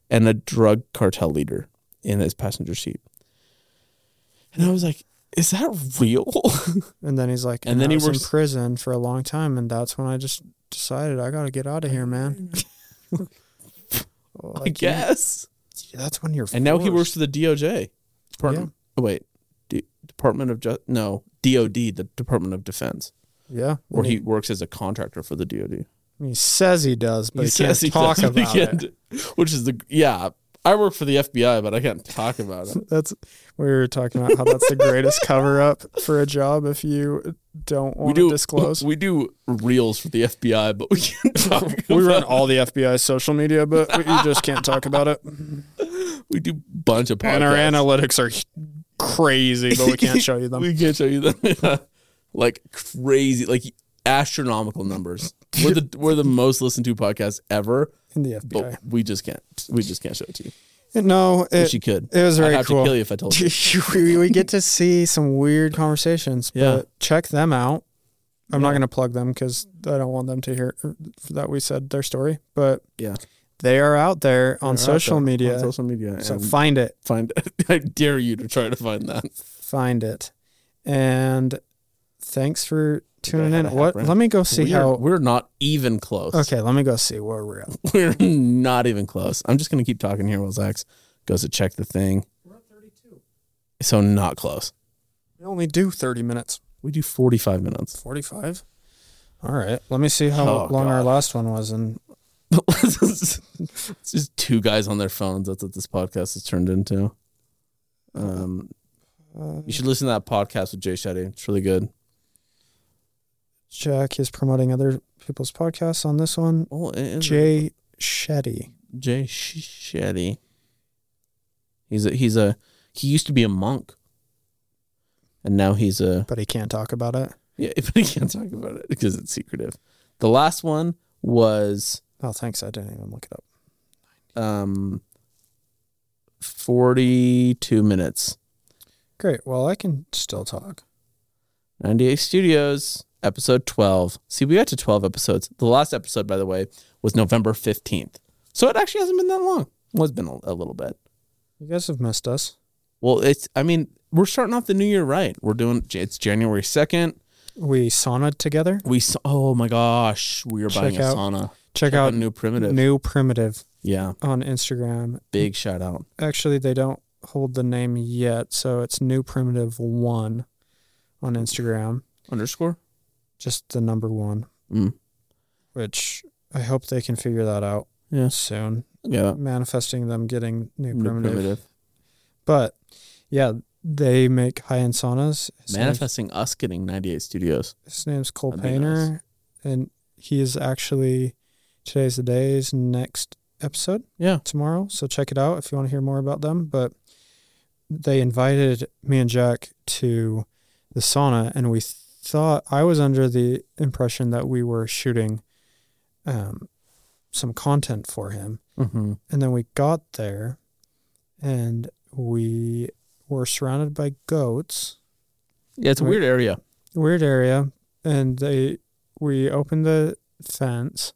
S2: and a drug cartel leader in his passenger seat. And I was like, is that real?
S1: And then he's like,
S2: And
S1: and,
S2: then
S1: then
S2: he
S1: he was
S2: works-
S1: in prison for a long time, and that's when I just decided I got to get out of here, man.
S2: I guess.
S1: that's when you're.
S2: And now he
S1: forced.
S2: works for the DOJ. Department, oh, wait, D- Department of Just, no, DOD, the Department of Defense.
S1: Yeah,
S2: Or
S1: and
S2: he works as a contractor for the DOD.
S1: he, he says he does, but he, can't
S2: says he
S1: talk
S2: does, but he
S1: about
S2: can't
S1: it.
S2: do- Which is the yeah. I work for the FBI, but I can't talk about it.
S1: That's we were talking about how that's the greatest cover up for a job if you don't
S2: We
S1: want to
S2: do
S1: disclose.
S2: We do reels for the FBI, but we can't talk.
S1: we run all the FBI social media, but you just can't talk about it.
S2: we do bunch of podcasts.
S1: And our analytics are crazy, but we can't show you them.
S2: We can't show you them. like crazy, like astronomical numbers. We're the we're the most listened to podcast ever,
S1: in the
S2: but
S1: FBI.
S2: we just can't we just can't show it to you.
S1: no, it,
S2: Wish you could.
S1: it was
S2: I'd
S1: very
S2: have
S1: cool.
S2: to kill you if I told you.
S1: we, we get to see some weird conversations.
S2: Yeah.
S1: But check them out. I'm not
S2: Yeah.
S1: going to plug them because I don't want them to hear that we said their story. But
S2: Yeah.
S1: they are out there on
S2: They're out
S1: social
S2: there,
S1: media.
S2: on social media.
S1: so
S2: and
S1: find it,
S2: find. I dare you to try to find that.
S1: find it, and thanks for tuning in.
S2: had a
S1: What?
S2: half-rant.
S1: Let me go see
S2: we're,
S1: how.
S2: we're not even close.
S1: Okay, let me go see where we're at.
S2: We're not even close. I'm just gonna keep talking here while Zach goes to check the thing.
S1: We're at 32.
S2: So not close.
S1: We only do 30 minutes.
S2: We do 45 minutes.
S1: 45. All right. Let me see how
S2: Oh,
S1: long our
S2: God.
S1: last one was, and
S2: it's just two guys on their phones. That's what this podcast has turned into. Um,
S1: uh,
S2: you should listen to that podcast with Jay Shetty. It's really good.
S1: Jack is promoting other people's podcasts on this one.
S2: Well, it is-
S1: Jay Shetty.
S2: Jay Sh- Shetty. He's a he's a he used to be a monk, and now he's a
S1: but he can't talk about it.
S2: yeah. But he can't talk about it because it's secretive. The last one was
S1: Oh, thanks. I didn't even look it up.
S2: um 42 minutes
S1: Great. Well, I can still talk.
S2: 98 studios episode 12 see we got to 12 episodes the last episode by the way was november 15th so it actually hasn't been that long well it's been a, a little bit
S1: You guys have missed us.
S2: well it's i mean we're starting off the new year right we're doing it's january 2nd
S1: We sauna together.
S2: we saw, oh my gosh we are buying
S1: Check
S2: a
S1: out-
S2: sauna
S1: Check
S2: Got
S1: out
S2: a new primitive
S1: New Primitive
S2: yeah
S1: on Instagram.
S2: big shout out
S1: Actually, they don't hold the name yet, so it's New Primitive One on Instagram.
S2: underscore
S1: Just the number one.
S2: Mm.
S1: Which I hope they can figure that out
S2: Yeah.
S1: soon.
S2: yeah
S1: Manifesting them getting new,
S2: new
S1: primitive.
S2: primitive
S1: But yeah, they make high end saunas. His name's-
S2: manifesting us getting 98 studios
S1: His name's Cole
S2: That'd be
S1: Painter, and he is actually today's the day's next episode
S2: yeah
S1: tomorrow. So check it out if you want to hear more about them. But they invited me and Jack to the sauna, and we thought I was under the impression that we were shooting um, some content for him.
S2: mm-hmm.
S1: And then we got there and we were surrounded by goats.
S2: Yeah, it's a
S1: Right.
S2: weird area.
S1: Weird area. And they we opened the fence.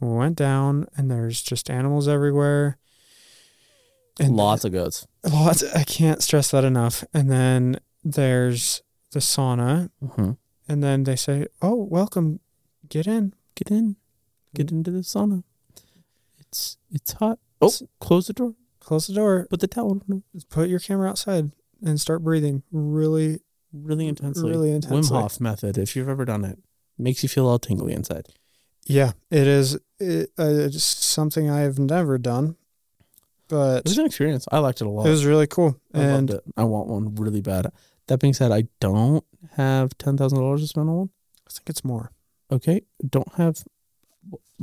S1: We went down and there's just animals everywhere.
S2: Lots of goats.
S1: lots I can't stress that enough. And then there's the sauna.
S2: Mm-hmm.
S1: And then they say, Oh, welcome. Get in.
S2: Get in, get into the sauna. It's it's hot. Oh, close the door.
S1: Close the door.
S2: Put the towel on.
S1: Put your camera outside and start breathing really
S2: Really intensely.
S1: Really intensely.
S2: Wim Hof method. If you've ever done it, makes you feel all tingly inside.
S1: Yeah, it is. It, uh, it's something I have never done, but
S2: It was an experience. I liked it a lot.
S1: it was really cool.
S2: I
S1: and
S2: loved it. I want one really bad. That being said, I don't have ten thousand dollars to spend on one.
S1: I think it's more.
S2: Okay, don't have.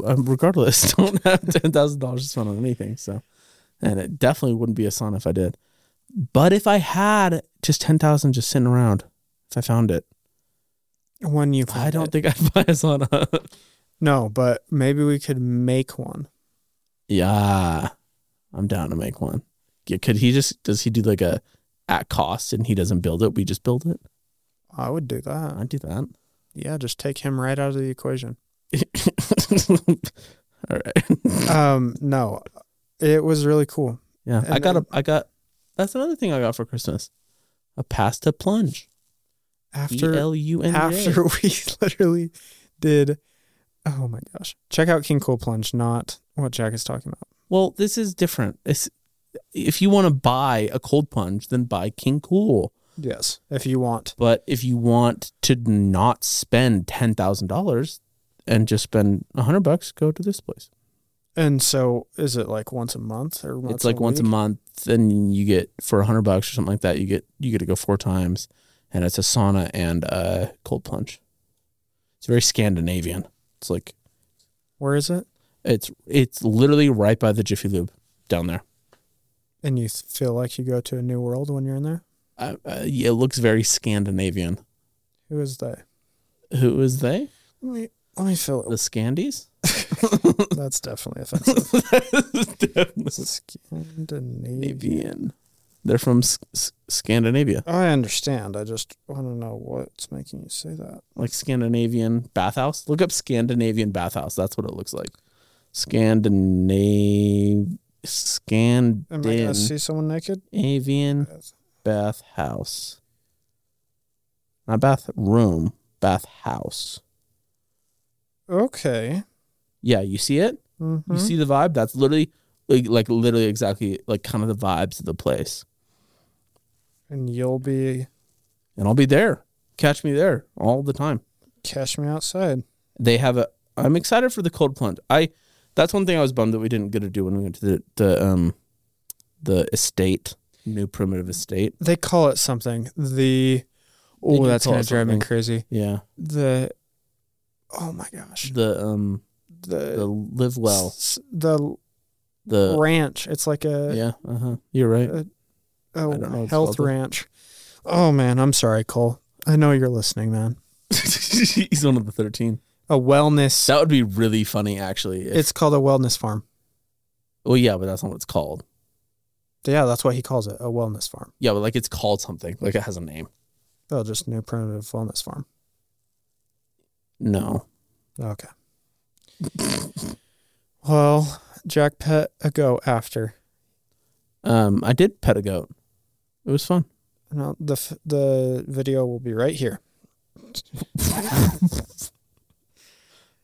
S2: Um, regardless, don't have ten thousand dollars to spend on anything. So, and it definitely wouldn't be a sauna if I did. But if I had just ten thousand just sitting around, if I found it,
S1: When you,
S2: I
S1: find
S2: don't
S1: it.
S2: think I'd buy a sauna.
S1: no, but maybe we could make one.
S2: yeah, I'm down to make one. Yeah, could he just? Does he do like a at cost and he doesn't build it? We just build it.
S1: I would do that.
S2: I'd do that.
S1: Yeah, just take him right out of the equation.
S2: All right.
S1: Um, no, it was really cool.
S2: Yeah, I
S1: And
S2: got
S1: then-
S2: a. I got. That's another thing I got for Christmas, a pasta plunge. E
S1: After
S2: L U N.
S1: after we literally did. Oh my gosh! Check out King Cool Plunge, not what Jack is talking about.
S2: Well, this is different. It's if you want to buy a cold plunge, then buy King Cool.
S1: Yes, if you want.
S2: But if you want to not spend ten thousand dollars and just spend a hundred bucks, go to this place.
S1: And so, is it like once a month or once
S2: it's like
S1: a
S2: once
S1: week?
S2: a month, and you get for a hundred bucks or something like that. You get you get to go four times, and it's a sauna and a cold plunge. It's very Scandinavian. It's like
S1: Where is it?
S2: It's it's literally right by the Jiffy Lube down there.
S1: And you feel like you go to a new world when you're in there?
S2: I, uh, yeah, it looks very Scandinavian.
S1: Who is they?
S2: Who is they?
S1: Let me, let me feel
S2: The Scandies?
S1: it. That's definitely offensive. Scandinavia.
S2: Scandinavian. They're from S- S- Scandinavia,
S1: I understand. I just want to know what's making you say that.
S2: like Scandinavian bathhouse. Look up Scandinavian bathhouse. That's what it looks like. Scandinav
S1: Am I going to see
S2: Scandinavian
S1: someone naked?
S2: bathhouse. Not bathroom, bathhouse.
S1: Okay.
S2: Yeah, you see it?
S1: Mm-hmm.
S2: You see the vibe? That's literally like, like literally exactly like kind of the vibes of the place.
S1: and you'll be
S2: And I'll be there. Catch me there all the time.
S1: catch me outside.
S2: they have a i'm excited for the cold plunge i that's one thing i was bummed that we didn't get to do when we went to the, the um the estate new primitive estate
S1: They call it something. The
S2: They
S1: oh,
S2: do
S1: that's
S2: call it
S1: gonna drive me
S2: something.
S1: crazy.
S2: yeah
S1: The oh my gosh,
S2: the um the
S1: the
S2: live well
S1: s- the
S2: the
S1: ranch. It's like a,
S2: yeah uh-huh you're right
S1: a
S2: I don't know what it's
S1: health
S2: called, but-
S1: ranch. Oh man, I'm sorry, Cole. I know you're listening, man.
S2: he's one of the 13
S1: A wellness.
S2: that would be really funny actually if,
S1: it's called a wellness farm.
S2: well yeah but that's not what it's called
S1: Yeah, that's what he calls it, a wellness farm.
S2: yeah but like it's called something like it has a name
S1: Oh, just new primitive wellness farm.
S2: no
S1: Okay. well, Jack pet a go after.
S2: um i did pet a goat it was fun
S1: No, the f- the video will be right here.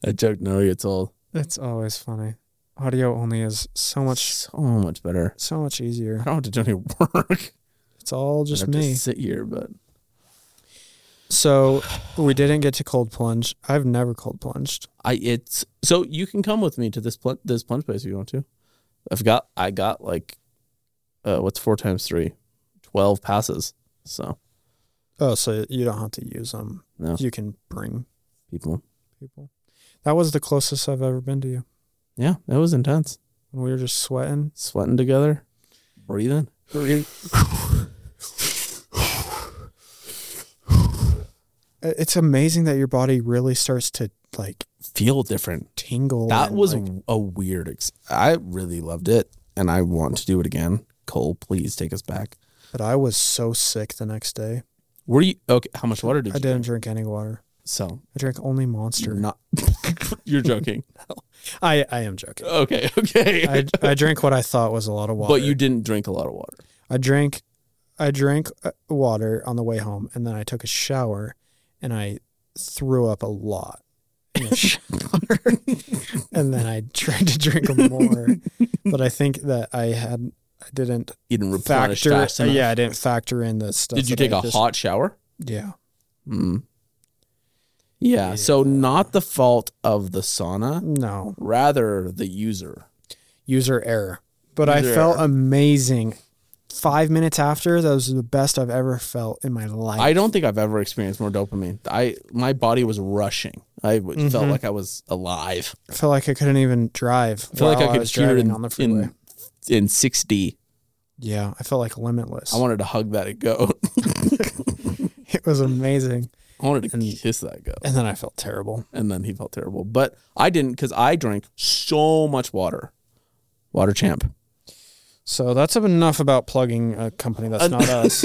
S2: that joke never gets old
S1: It's always funny. Audio only is so much
S2: so much better
S1: so much
S2: i
S1: easier.
S2: don't have to do any work
S1: It's all just
S2: I'd have to
S1: me.
S2: sit here, but
S1: So we didn't get to cold plunge. I've never cold plunged.
S2: I it's so you can come with me to this pl- this plunge place if you want to. I've got I got like uh what's four times three? Twelve passes. So
S1: Oh, so you don't have to use them.
S2: no
S1: You can bring
S2: people.
S1: people. That was the closest I've ever been to you.
S2: Yeah, that was intense.
S1: When we were just sweating.
S2: Sweating together, breathing.
S1: I- Uh, It's amazing that your body really starts to like
S2: Feel different.
S1: tingle.
S2: That
S1: and,
S2: was
S1: like,
S2: a weird ex- I really loved it and I want to do it again. Cole, please take us back.
S1: but I was so sick the next day.
S2: Were you okay, how much water did
S1: I
S2: you
S1: didn't
S2: drink?
S1: drink any water.
S2: So
S1: I drank only Monster.
S2: you're not you're joking. Mm-hmm.
S1: I, I am joking.
S2: Okay, okay.
S1: I, I drank what I thought was a lot of water.
S2: But you didn't drink a lot of water.
S1: I drank, I drank uh, water on the way home, and then I took a shower, and I threw up a lot in the shower, and then I tried to drink more, but I think that I had I didn't
S2: You didn't replenish
S1: factor.
S2: fast
S1: uh,
S2: enough.
S1: yeah, I didn't factor in the stuff.
S2: Did you
S1: that
S2: take
S1: I
S2: a
S1: just-
S2: hot shower?
S1: Yeah.
S2: Mm. Yeah, So not the fault of the sauna,
S1: No
S2: rather the user.
S1: user error, but I
S2: User
S1: felt amazing. Five minutes after, that was the best I've ever felt in my life.
S2: I don't think I've ever experienced more dopamine. I my body was rushing. I w- felt
S1: Mhm.
S2: like I was alive.
S1: I felt like I couldn't even drive.
S2: I felt like
S1: while
S2: I could
S1: was
S2: hear
S1: driving
S2: in,
S1: on the freeway.
S2: in in 6D.
S1: Yeah, I felt like limitless.
S2: I wanted to hug that goat.
S1: it was amazing.
S2: I wanted to
S1: And-
S2: kiss that goat.
S1: And then I felt terrible.
S2: And then he felt terrible. But I didn't because I drank so much water. Water champ.
S1: So that's enough about plugging a company that's not us.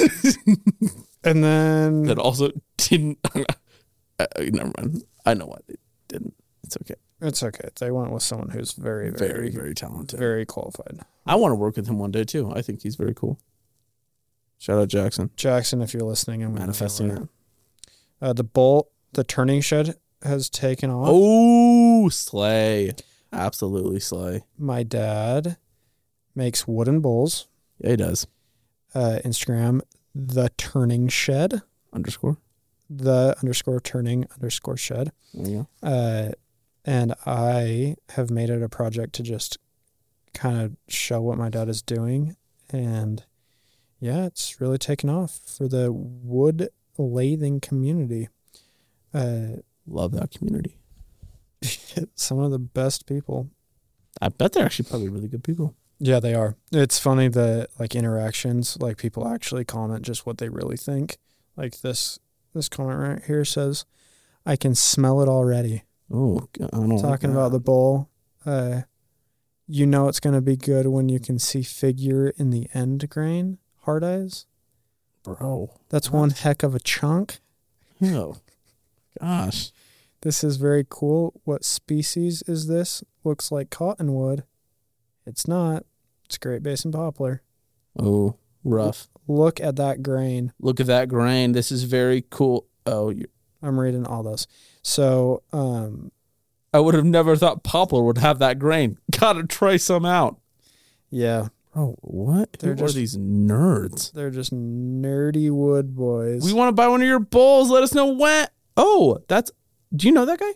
S1: And then
S2: that also didn't. uh, never mind. I know what it didn't. It's okay.
S1: it's okay. They went with someone who's very,
S2: Very,
S1: very, very,
S2: very talented.
S1: qualified.
S2: I want to work with him one day too. I think he's very cool. Shout out Jackson.
S1: Jackson, if you're listening, I'm
S2: Manifesting it.
S1: it. Uh, the bolt, the turning shed has taken off.
S2: Oh, slay! Absolutely slay.
S1: My dad makes wooden bowls.
S2: Yeah, he does.
S1: Uh, Instagram, the turning shed,
S2: Underscore.
S1: the underscore turning underscore shed.
S2: There you go.
S1: uh, and I have made it a project to just kind of show what my dad is doing, and yeah, it's really taken off for the wood lathing community. Uh,
S2: Love that community.
S1: some of the best people.
S2: I bet they're actually probably really good people.
S1: Yeah, they are. It's funny the like interactions, like people actually comment just what they really think. Like this this comment right here says, I can smell it already.
S2: Oh, I don't like
S1: Talking
S2: that.
S1: about the bowl. Uh you know it's gonna be good when you can see figure in the end grain, hard eyes.
S2: bro.
S1: That's
S2: What?
S1: one heck of a chunk.
S2: No, gosh.
S1: This is very cool. What species is this? Looks like cottonwood. It's not. It's Great Basin poplar.
S2: Oh, rough.
S1: Look at that grain.
S2: Look at that grain. This is very cool. Oh, you
S1: I'm reading all those. So, um,
S2: I would have never thought poplar would have that grain. Gotta try some out.
S1: yeah,
S2: Bro, what?
S1: They're
S2: Who
S1: just-
S2: are these nerds?
S1: they're just nerdy wood boys.
S2: We want to buy one of your bowls. Let us know when. Oh, that's. Do you know that guy?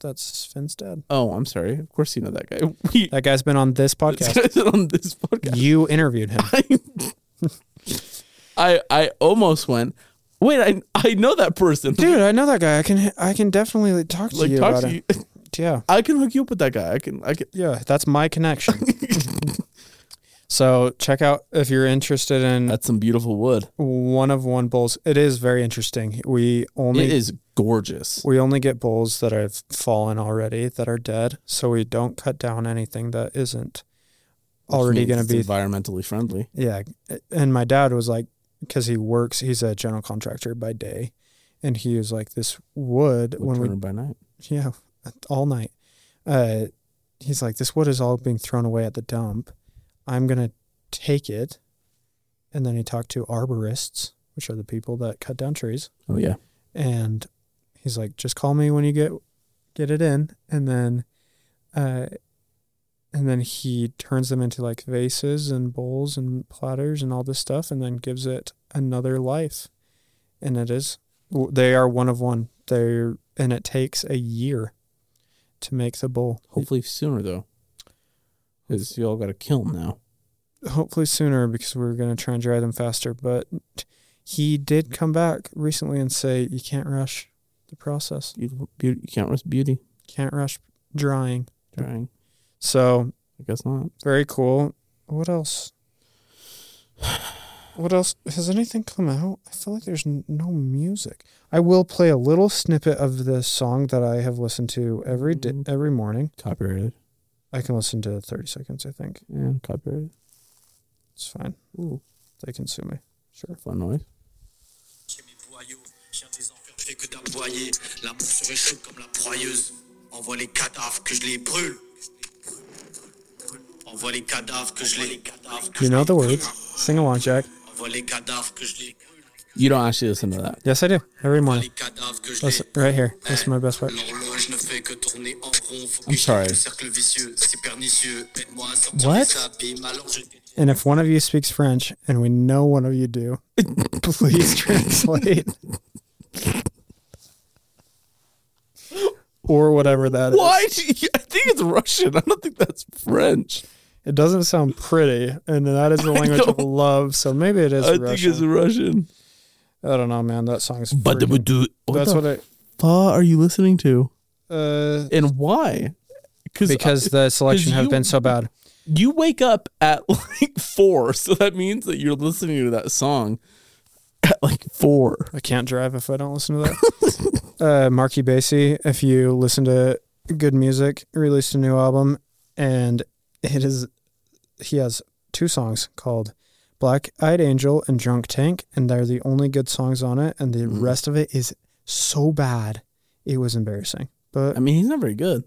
S1: That's Finn's dad.
S2: Oh, I'm sorry. Of course you know that guy. We
S1: That guy's been on this
S2: this
S1: podcast.
S2: guy's been on this podcast.
S1: you interviewed him.
S2: I I almost went. Wait, I I know that person.
S1: Dude, I know that guy. I can I can definitely like, talk to
S2: like
S1: you
S2: talk
S1: about
S2: to
S1: him.
S2: you.
S1: Yeah.
S2: I can hook you up with that guy. I can I can.
S1: Yeah, that's my connection. so, check out if you're interested in
S2: That's some beautiful wood.
S1: one of one bowls. It is very interesting. We only
S2: It is gorgeous.
S1: We only get bulls that have fallen already that are dead, so we don't cut down anything that isn't
S2: Which
S1: already
S2: means
S1: going to
S2: it's
S1: be.
S2: environmentally friendly.
S1: yeah, and my dad was like, because he works, he's a general contractor by day, and he was like, this wood
S2: Wood
S1: when we
S2: turner by night.
S1: yeah all night, uh, he's like, this wood is all being thrown away at the dump. I'm gonna take it, and then he talked to arborists, which are the people that cut down trees
S2: Oh yeah.
S1: and he's like just call me when you get get it in and then uh and then he turns them into like vases and bowls and platters and all this stuff and then gives it another life and it is w- they are one of one they're and it takes a year to make the bowl
S2: Hopefully sooner though, because you all got a kiln now.
S1: hopefully sooner because we were going to try and dry them faster but he did come back recently and say you can't rush the process
S2: Beautiful, beauty. You can't risk beauty.
S1: can't rush drying
S2: Drying.
S1: so
S2: I guess not.
S1: Very cool. What else? What else? Has anything come out? I feel like there's n- no music. I will play a little snippet of the song that I have listened to every di-
S2: Mm.
S1: every morning.
S2: Copyrighted.
S1: I can listen to 30 seconds, I think.
S2: Yeah, copyrighted.
S1: It's fine.
S2: Ooh,
S1: They can sue me. Sure.
S2: fun noise.
S3: Chez mes boyaux, chien des enfers, je fais que d'aboyer. L'amour se réchauffe comme la broyeuse. Envoie les cadavres que je les brûle. Envoie les cadavres que je les. cadavres que
S1: You
S3: je
S1: know
S3: les
S1: the
S3: brûle.
S1: words. Sing along, Jack.
S3: Envoie les cadavres que je les. brûle.
S2: You don't actually listen to that.
S1: Yes, I do. Every morning.
S3: Les cadavres que je les.
S1: Listen, right here. This is my best part.
S3: L'horloge ne fait que tourner en rond. Faut que
S2: I'm
S3: je
S2: sorry.
S3: quitte le cercle vicieux, c'est pernicieux. Aide-moi à sortir
S2: What?
S3: des abîmes, alors je t'ai-
S1: And if one of you speaks French, and we know one of you do, please translate. or whatever that is.
S2: Why? do you- I think it's Russian. I don't think that's French.
S1: It doesn't sound pretty, and that is the language of
S2: don't-
S1: love, so maybe it is
S2: I
S1: Russian.
S2: think it's Russian.
S1: I don't know, man. That song's
S2: But the,
S1: freaking-
S2: do what
S1: That's
S2: the
S1: what it
S2: fuck are you listening to?
S1: uh,
S2: And why?
S1: because the selection have
S2: you-
S1: been so bad.
S2: you wake up at like four, so that means that you're listening to that song at like four.
S1: I can't drive if I don't listen to that. uh, Marky Basie, if you listen to good music, released a new album, and it is he has two songs called Black Eyed Angel and Drunk Tank, and they're the only good songs on it, and the
S2: Mm-hmm.
S1: rest of it is so bad, it was embarrassing. But
S2: I mean, he's not very good.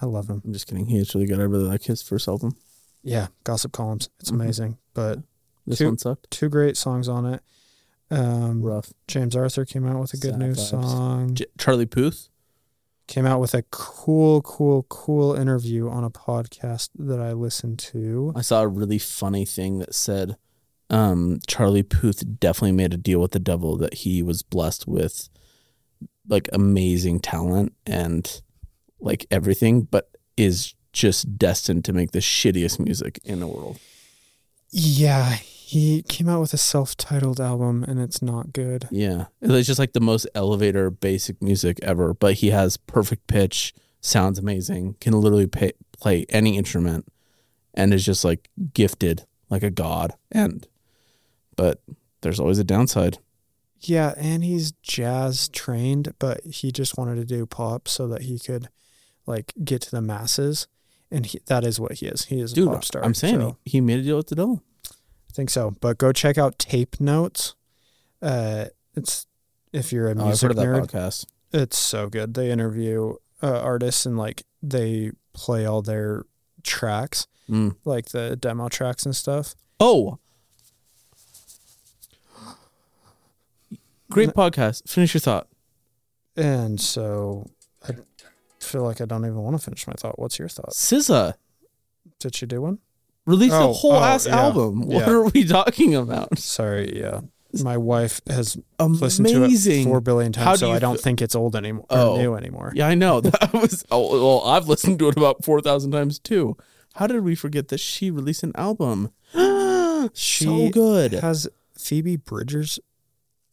S1: I love him.
S2: I'm just kidding. He is really good. I really like his first album.
S1: Yeah, Gossip Columns, it's
S2: Mm-hmm.
S1: amazing. But
S2: This
S1: Two-
S2: one sucked.
S1: two great songs on it. Um,
S2: Rough.
S1: James Arthur came out with a good
S2: Sad
S1: new
S2: vibes.
S1: song.
S2: J- Charlie Puth.
S1: came out with a cool, cool, cool interview on a podcast that I listened to.
S2: I saw a really funny thing that said um, Charlie Puth definitely made a deal with the devil that he was blessed with like amazing talent and like everything, but is just destined to make the shittiest music in the world.
S1: Yeah, he came out with a self titled album and it's not good.
S2: Yeah. It's just like the most elevator basic music ever, but he has perfect pitch, sounds amazing, can literally pay, play any instrument, and is just like gifted like a god. And but there's always a downside.
S1: Yeah, and he's jazz trained, but he just wanted to do pop so that he could like get to the masses. And he, that is what he is. He is a
S2: Dude,
S1: pop star.
S2: I'm saying
S1: so-
S2: he, he made a deal with the devil.
S1: I think so. But go check out Tape Notes. Uh, it's if you're a
S2: Oh, I've
S1: music
S2: heard of that
S1: nerd,
S2: podcast.
S1: it's so good. They interview uh, artists and like they play all their tracks,
S2: Mm.
S1: like the demo tracks and stuff.
S2: Oh. Great podcast. Finish your thought.
S1: And so I feel like I don't even want to finish my thought. What's your thought?
S2: SZA
S1: Did she do one?
S2: released a
S1: Oh,
S2: whole
S1: oh,
S2: ass
S1: yeah.
S2: album. What
S1: Yeah.
S2: are we talking about?
S1: Sorry, yeah. My wife has
S2: Amazing.
S1: listened to it four billion times,
S2: How do
S1: so
S2: you
S1: I don't
S2: fe-
S1: think it's old anymore
S2: Oh.
S1: or new anymore.
S2: Yeah, I know. That was oh well, I've listened to it about four thousand times too. How did we forget that she released an album? so
S1: She
S2: good.
S1: Has Phoebe Bridgers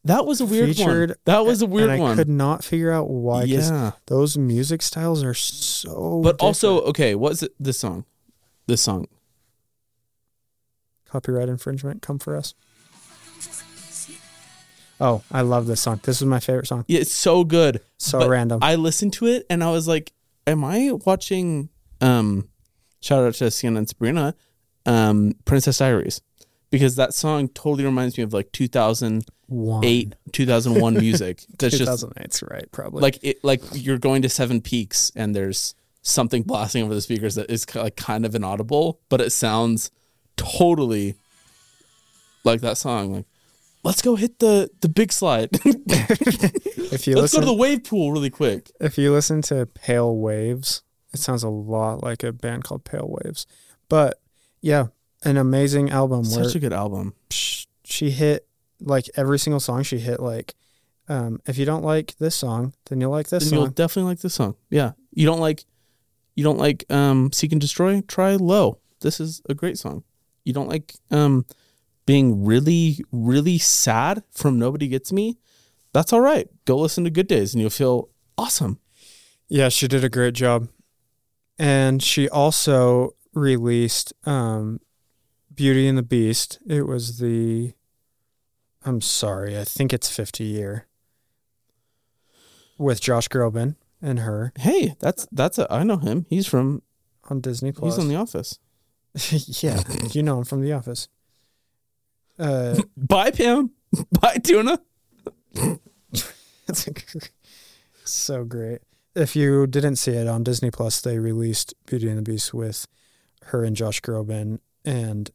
S2: that was a weird one.
S1: featured-
S2: That was a weird
S1: and I
S2: one.
S1: could not figure out why. 'cause
S2: yeah,
S1: those music styles are so.
S2: but also
S1: different.
S2: okay. What's it, this song? This song.
S1: copyright infringement come for us. Oh, I love this song. This is my favorite song.
S2: Yeah, it's so good.
S1: So
S2: But
S1: random.
S2: I listened to it and I was like, "Am I watching?" Um, shout out to Sienna and Sabrina, um, Princess Diaries, because that song totally reminds me of like 2008,
S1: One.
S2: 2001 music. That's just
S1: 2008's right, probably.
S2: like it, like you're going to Seven Peaks and there's something blasting over the speakers that is ki- like kind of inaudible, but it sounds totally like that song. Like, let's go hit the the big slide.
S1: if you
S2: let's go
S1: listen,
S2: to the wave pool really quick.
S1: if you listen to Pale Waves, it sounds a lot like a band called Pale Waves. But yeah, an amazing album where
S2: Such a good album.
S1: sh- she hit like every single song she hit like um, if you don't like this song, then you'll like this
S2: then you'll
S1: song.
S2: definitely like this song. Yeah. You don't like you don't like um Seek and Destroy? Try Low. This is a great song. You don't like um being really, really sad from Nobody Gets Me? That's all right. Go listen to Good Days and you'll feel awesome.
S1: Yeah, she did a great job. And she also released um, Beauty and the Beast. It was the, I'm sorry, I think it's 50 year with Josh Groban and her
S2: Hey, that's that's a I know him. He's from
S1: on Disney Plus.
S2: he's on the office.
S1: yeah, you know him from The Office. Uh,
S2: Bye Pam. Bye Tuna.
S1: That's a gr- so great. If you didn't see it on Disney Plus, they released Beauty and the Beast with her and Josh Groban, and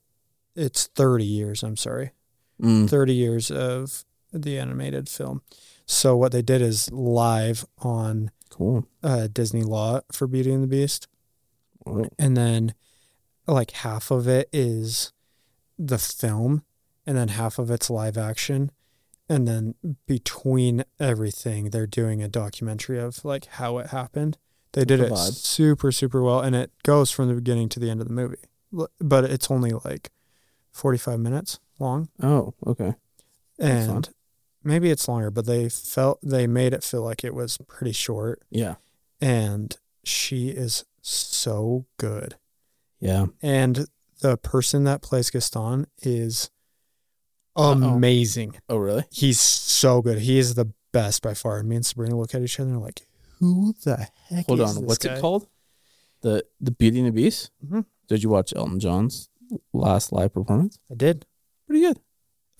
S1: it's 30 years. I'm sorry,
S2: Mm.
S1: 30 years of the animated film. So what they did is live on
S2: Cool.
S1: uh, Disney Law for Beauty and the Beast, and then like half of it is the film, and then half of it's live action, and then between everything, they're doing a documentary of like how it happened. They did
S2: the
S1: it
S2: vibe.
S1: super super well, and it goes from the beginning to the end of the movie, L- but it's only like forty five minutes long,
S2: Oh, okay. That's fun.
S1: and maybe it's longer, but they felt they made it feel like it was pretty short,
S2: Yeah.
S1: and she is so good
S2: Yeah.
S1: and the person that plays Gaston is
S2: Uh-oh.
S1: amazing.
S2: Oh really?
S1: He's so good. He is the best by far. Me and Sabrina look at each other and are like, "Who the heck?"
S2: Hold
S1: is
S2: on,
S1: this
S2: what's
S1: guy?"
S2: it called? The the Beauty and the Beast.
S1: Mhm.
S2: Did you watch Elton John's last live performance?
S1: I did.
S2: Pretty good.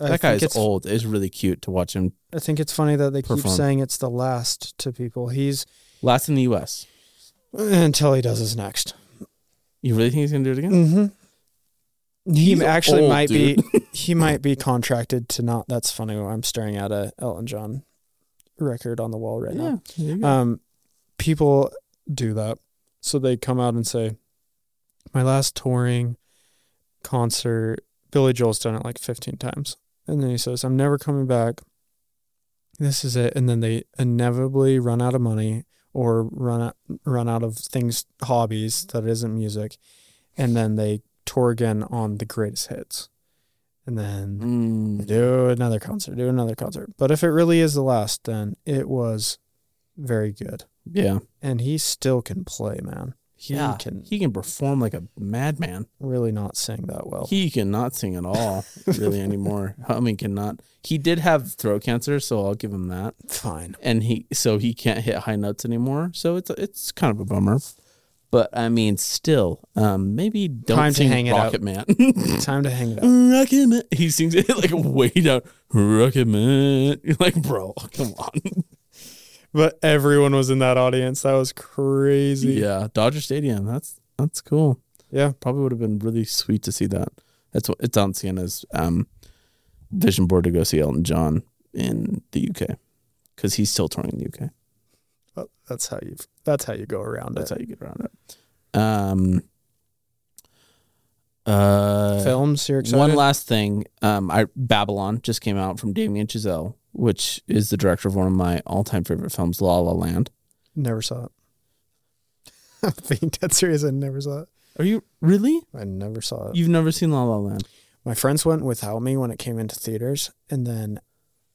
S1: I
S2: that guy
S1: think
S2: is
S1: it's,
S2: old. It's really cute to watch him
S1: I think it's funny that they keep
S2: Perform.
S1: saying it's the last to people. He's
S2: last in the U.S.
S1: until he does his next.
S2: You really think he's gonna do it again?
S1: Mm-hmm. He
S2: He's
S1: actually
S2: old,
S1: might be. He might be contracted to not. That's funny. I'm staring at a Elton John record on the wall right now.
S2: there you go.
S1: um, people do that. So they come out and say, My last touring concert, Billy Joel's done it like 15 times. And then he says, I'm never coming back. This is it. And then they inevitably run out of money or run out, run out of things, hobbies that isn't music. And then they tour again on the greatest hits. And then
S2: Mm.
S1: do another concert, do another concert. But if it really is the last, then it was very good.
S2: yeah,
S1: And he still can play, man. He
S2: yeah,
S1: can
S2: he can perform like a madman.
S1: really not sing that well.
S2: He cannot sing at all, really anymore. I mean, cannot. He did have throat cancer, so I'll give him that.
S1: Fine.
S2: and he so he can't hit high notes anymore. So it's it's kind of a bummer. But I mean, still, um, maybe don't
S1: Time to
S2: sing
S1: hang it up.
S2: Rocket Man.
S1: Time to hang it up.
S2: Rocket Man. He sings it like way down. Rocket Man. You're like, bro, come on.
S1: But everyone was in that audience. That was crazy.
S2: yeah, Dodger Stadium. That's that's cool.
S1: Yeah.
S2: Probably would have been really sweet to see that. That's what it's on Sienna's um, vision board to go see Elton John in the UK because he's still touring the UK.
S1: But Oh, that's how you. That's how you go around
S2: That's
S1: it.
S2: how you get around it. Um, uh,
S1: Films. You're excited.
S2: one last thing. Um, I Babylon just came out from Damien Chazelle, which is the director of one of my all-time favorite films, La La Land.
S1: Never saw it. I'm being dead serious. I never saw it.
S2: Are you really?
S1: I never saw it.
S2: You've never seen La La Land?
S1: My friends went without me when it came into theaters, and then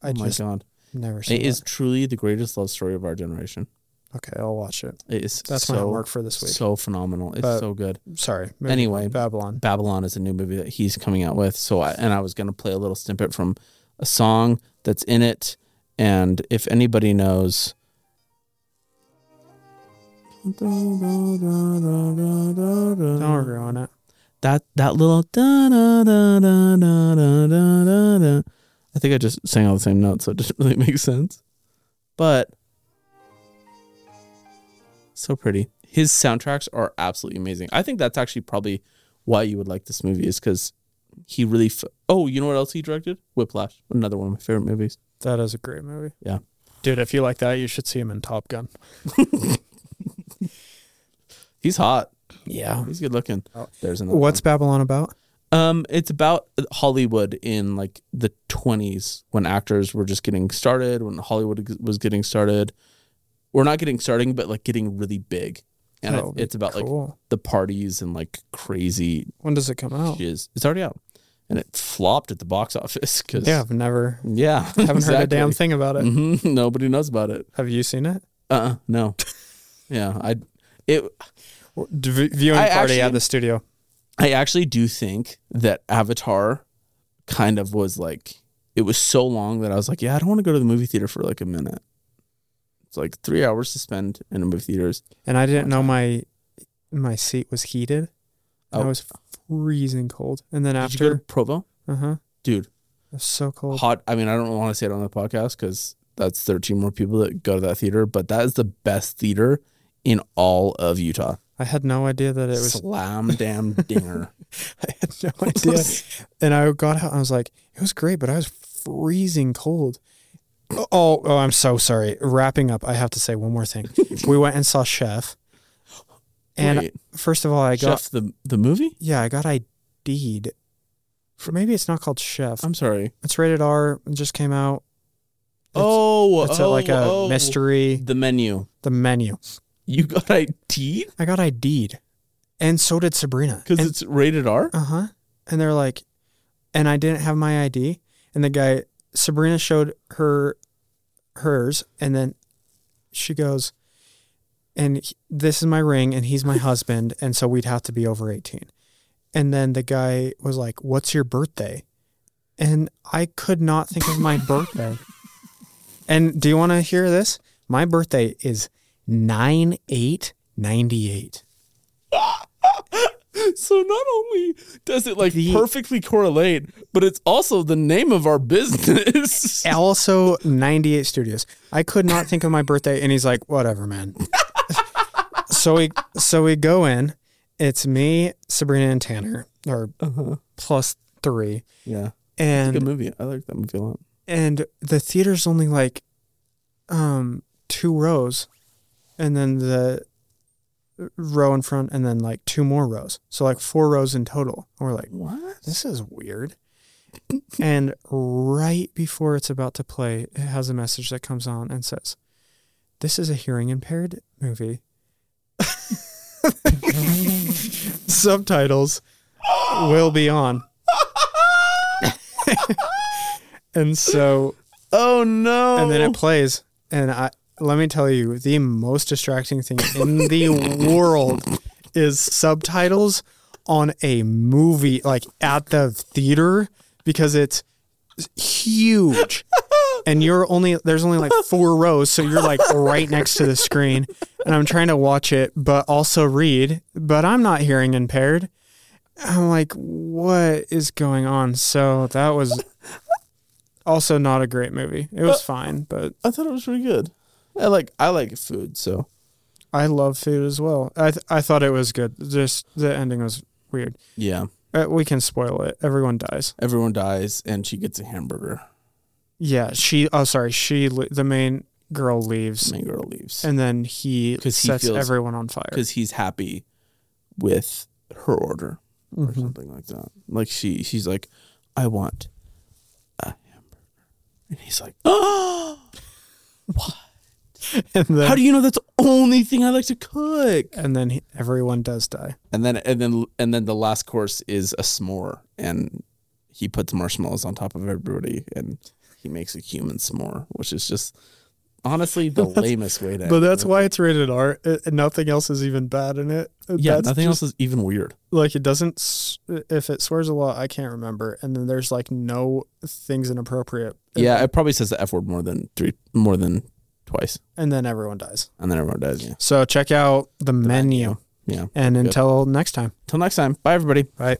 S1: I
S2: Oh my
S1: just
S2: god!
S1: never saw
S2: It
S1: it.
S2: is truly the greatest love story of our generation.
S1: okay, I'll watch it.
S2: It is
S1: That's my
S2: so
S1: homework for this week.
S2: so phenomenal. It's
S1: But-
S2: so good.
S1: Sorry. moving
S2: Anyway.
S1: on. Babylon.
S2: Babylon is a new movie that he's coming out with. So, I, and I was going to play a little snippet from a song that's in it. And if anybody knows.
S1: Don't worry on it.
S2: That that little da da da da da da da da da. I think I just sang all the same notes, so it doesn't really make sense. But so pretty. His soundtracks are absolutely amazing. I think that's actually probably why you would like this movie is because he really. F- oh, you know what else he directed? Whiplash, another one of my favorite movies.
S1: That is a great movie.
S2: Yeah.
S1: Dude, if you like that, you should see him in Top Gun.
S2: He's hot.
S1: Yeah.
S2: He's good looking.
S1: Oh.
S2: There's another.
S1: What's Babylon about?
S2: Um, it's about Hollywood in like the 20s when actors were just getting started, when Hollywood g- was getting started. We're not getting starting, but like getting really big. And
S1: Oh,
S2: it- it's about like
S1: cool.
S2: the parties and like crazy
S1: When does it come out?
S2: shiz. It's already out, and it flopped at the box office because
S1: Yeah, I've never
S2: yeah,
S1: haven't heard a damn thing about it.
S2: hmm Nobody knows about it.
S1: Have you seen it?
S2: Uh, uh no, yeah, I it
S1: D- viewing
S2: I
S1: party at
S2: actually-
S1: the studio.
S2: I actually do think that Avatar kind of was like it was so long that I was like, yeah, I don't want to go to the movie theater for like a minute. It's like three hours to spend in a movie theaters.
S1: And I didn't know my my seat was heated. And I
S2: Oh.
S1: was freezing cold. And then
S2: Did you go to
S1: after,
S2: Provo,
S1: uh huh,
S2: dude?
S1: it was so cold.
S2: Hot. I mean, I don't want to say it on the podcast because that's thirteen more people that go to that theater, but that is the best theater in all of Utah.
S1: I had no idea that it
S2: It
S1: was.
S2: was slam damn dinger.
S1: I had no idea. and I got out and I was like, it was great, but I was freezing cold. Oh, oh, I'm so sorry. Wrapping up, I have to say one more thing. we went and saw Chef. And
S2: Wait,
S1: first of all, I got
S2: Chef the the movie.
S1: yeah, I got ID'd. For maybe it's not called Chef. Um,
S2: I'm sorry.
S1: It's rated R. It just came out. It's-
S2: oh,
S1: It's a,
S2: oh,
S1: like a
S2: oh.
S1: mystery.
S2: The menu.
S1: The menu.
S2: You got ID'd?
S1: I got ID'd, and so did Sabrina.
S2: Because it's rated R?
S1: Uh huh. And they're like, and I didn't have my ID. And the guy, Sabrina showed her hers, and then she goes, and he- this is my ring, and he's my husband, and so we'd have to be over 18. And then the guy was like, What's your birthday? And I could not think of my birthday. And do you want to hear this? My birthday is 9 8 98.
S2: So not only does it like
S1: The-
S2: perfectly correlate, but it's also the name of our business.
S1: also 98 studios i could not think of my birthday and he's like whatever man so we so we go in it's me sabrina and tanner or
S2: Uh-huh.
S1: plus three
S2: Yeah. Good
S1: and
S2: movie. I like that movie a lot.
S1: and the theater's only like um two rows and then the row in front and then like two more rows so like four rows in total and we're like
S2: What?
S1: this is weird. and right before it's about to play, it has a message that comes on and says, This is a hearing impaired movie. Subtitles will be on. and so
S2: Oh no.
S1: and then it plays and i let me tell you the most distracting thing in the world is subtitles on a movie, like at the theater, because it's huge. And you're only there's only like four rows, so you're like right next to the screen. And I'm trying to watch it, but also read, but I'm not hearing impaired. I'm like, what is going on? So that was also not a great movie. It was fine, but
S2: I thought it was pretty good. I like I like food, so
S1: I love food as well. I th- I thought it was good. Just the ending was weird.
S2: yeah.
S1: Uh, we can spoil it. Everyone dies.
S2: Everyone dies, and she gets a hamburger.
S1: Yeah, she. Oh, sorry. She. le- The main girl leaves,
S2: Main girl leaves
S1: and then he
S2: 'Cause he
S1: sets
S2: feels-
S1: everyone on fire.
S2: because he's happy with her order or
S1: Mhm.
S2: something like that. Like she she's like, I want a hamburger, and he's like, Oh,
S1: And then,
S2: how do you know that's the only thing I like to cook?
S1: and then he, everyone does die.
S2: And then and then and then the last course is a s'more, and he puts marshmallows on top of everybody, and he makes a human s'more, which is just honestly the lamest way to.
S1: But that's why it's rated R. It, nothing else is even bad in it.
S2: yeah,
S1: that's
S2: nothing
S1: just-
S2: else is even weird.
S1: like it doesn't s- if it swears a lot i can't remember and then there's like no things inappropriate
S2: Yeah, it probably says the f word more than three, more than twice,
S1: and then everyone dies
S2: and then everyone does. Yeah.
S1: so check out the, menu,
S2: menu. Yeah.
S1: and
S2: Good.
S1: until next time
S2: Till next time, bye everybody.
S1: right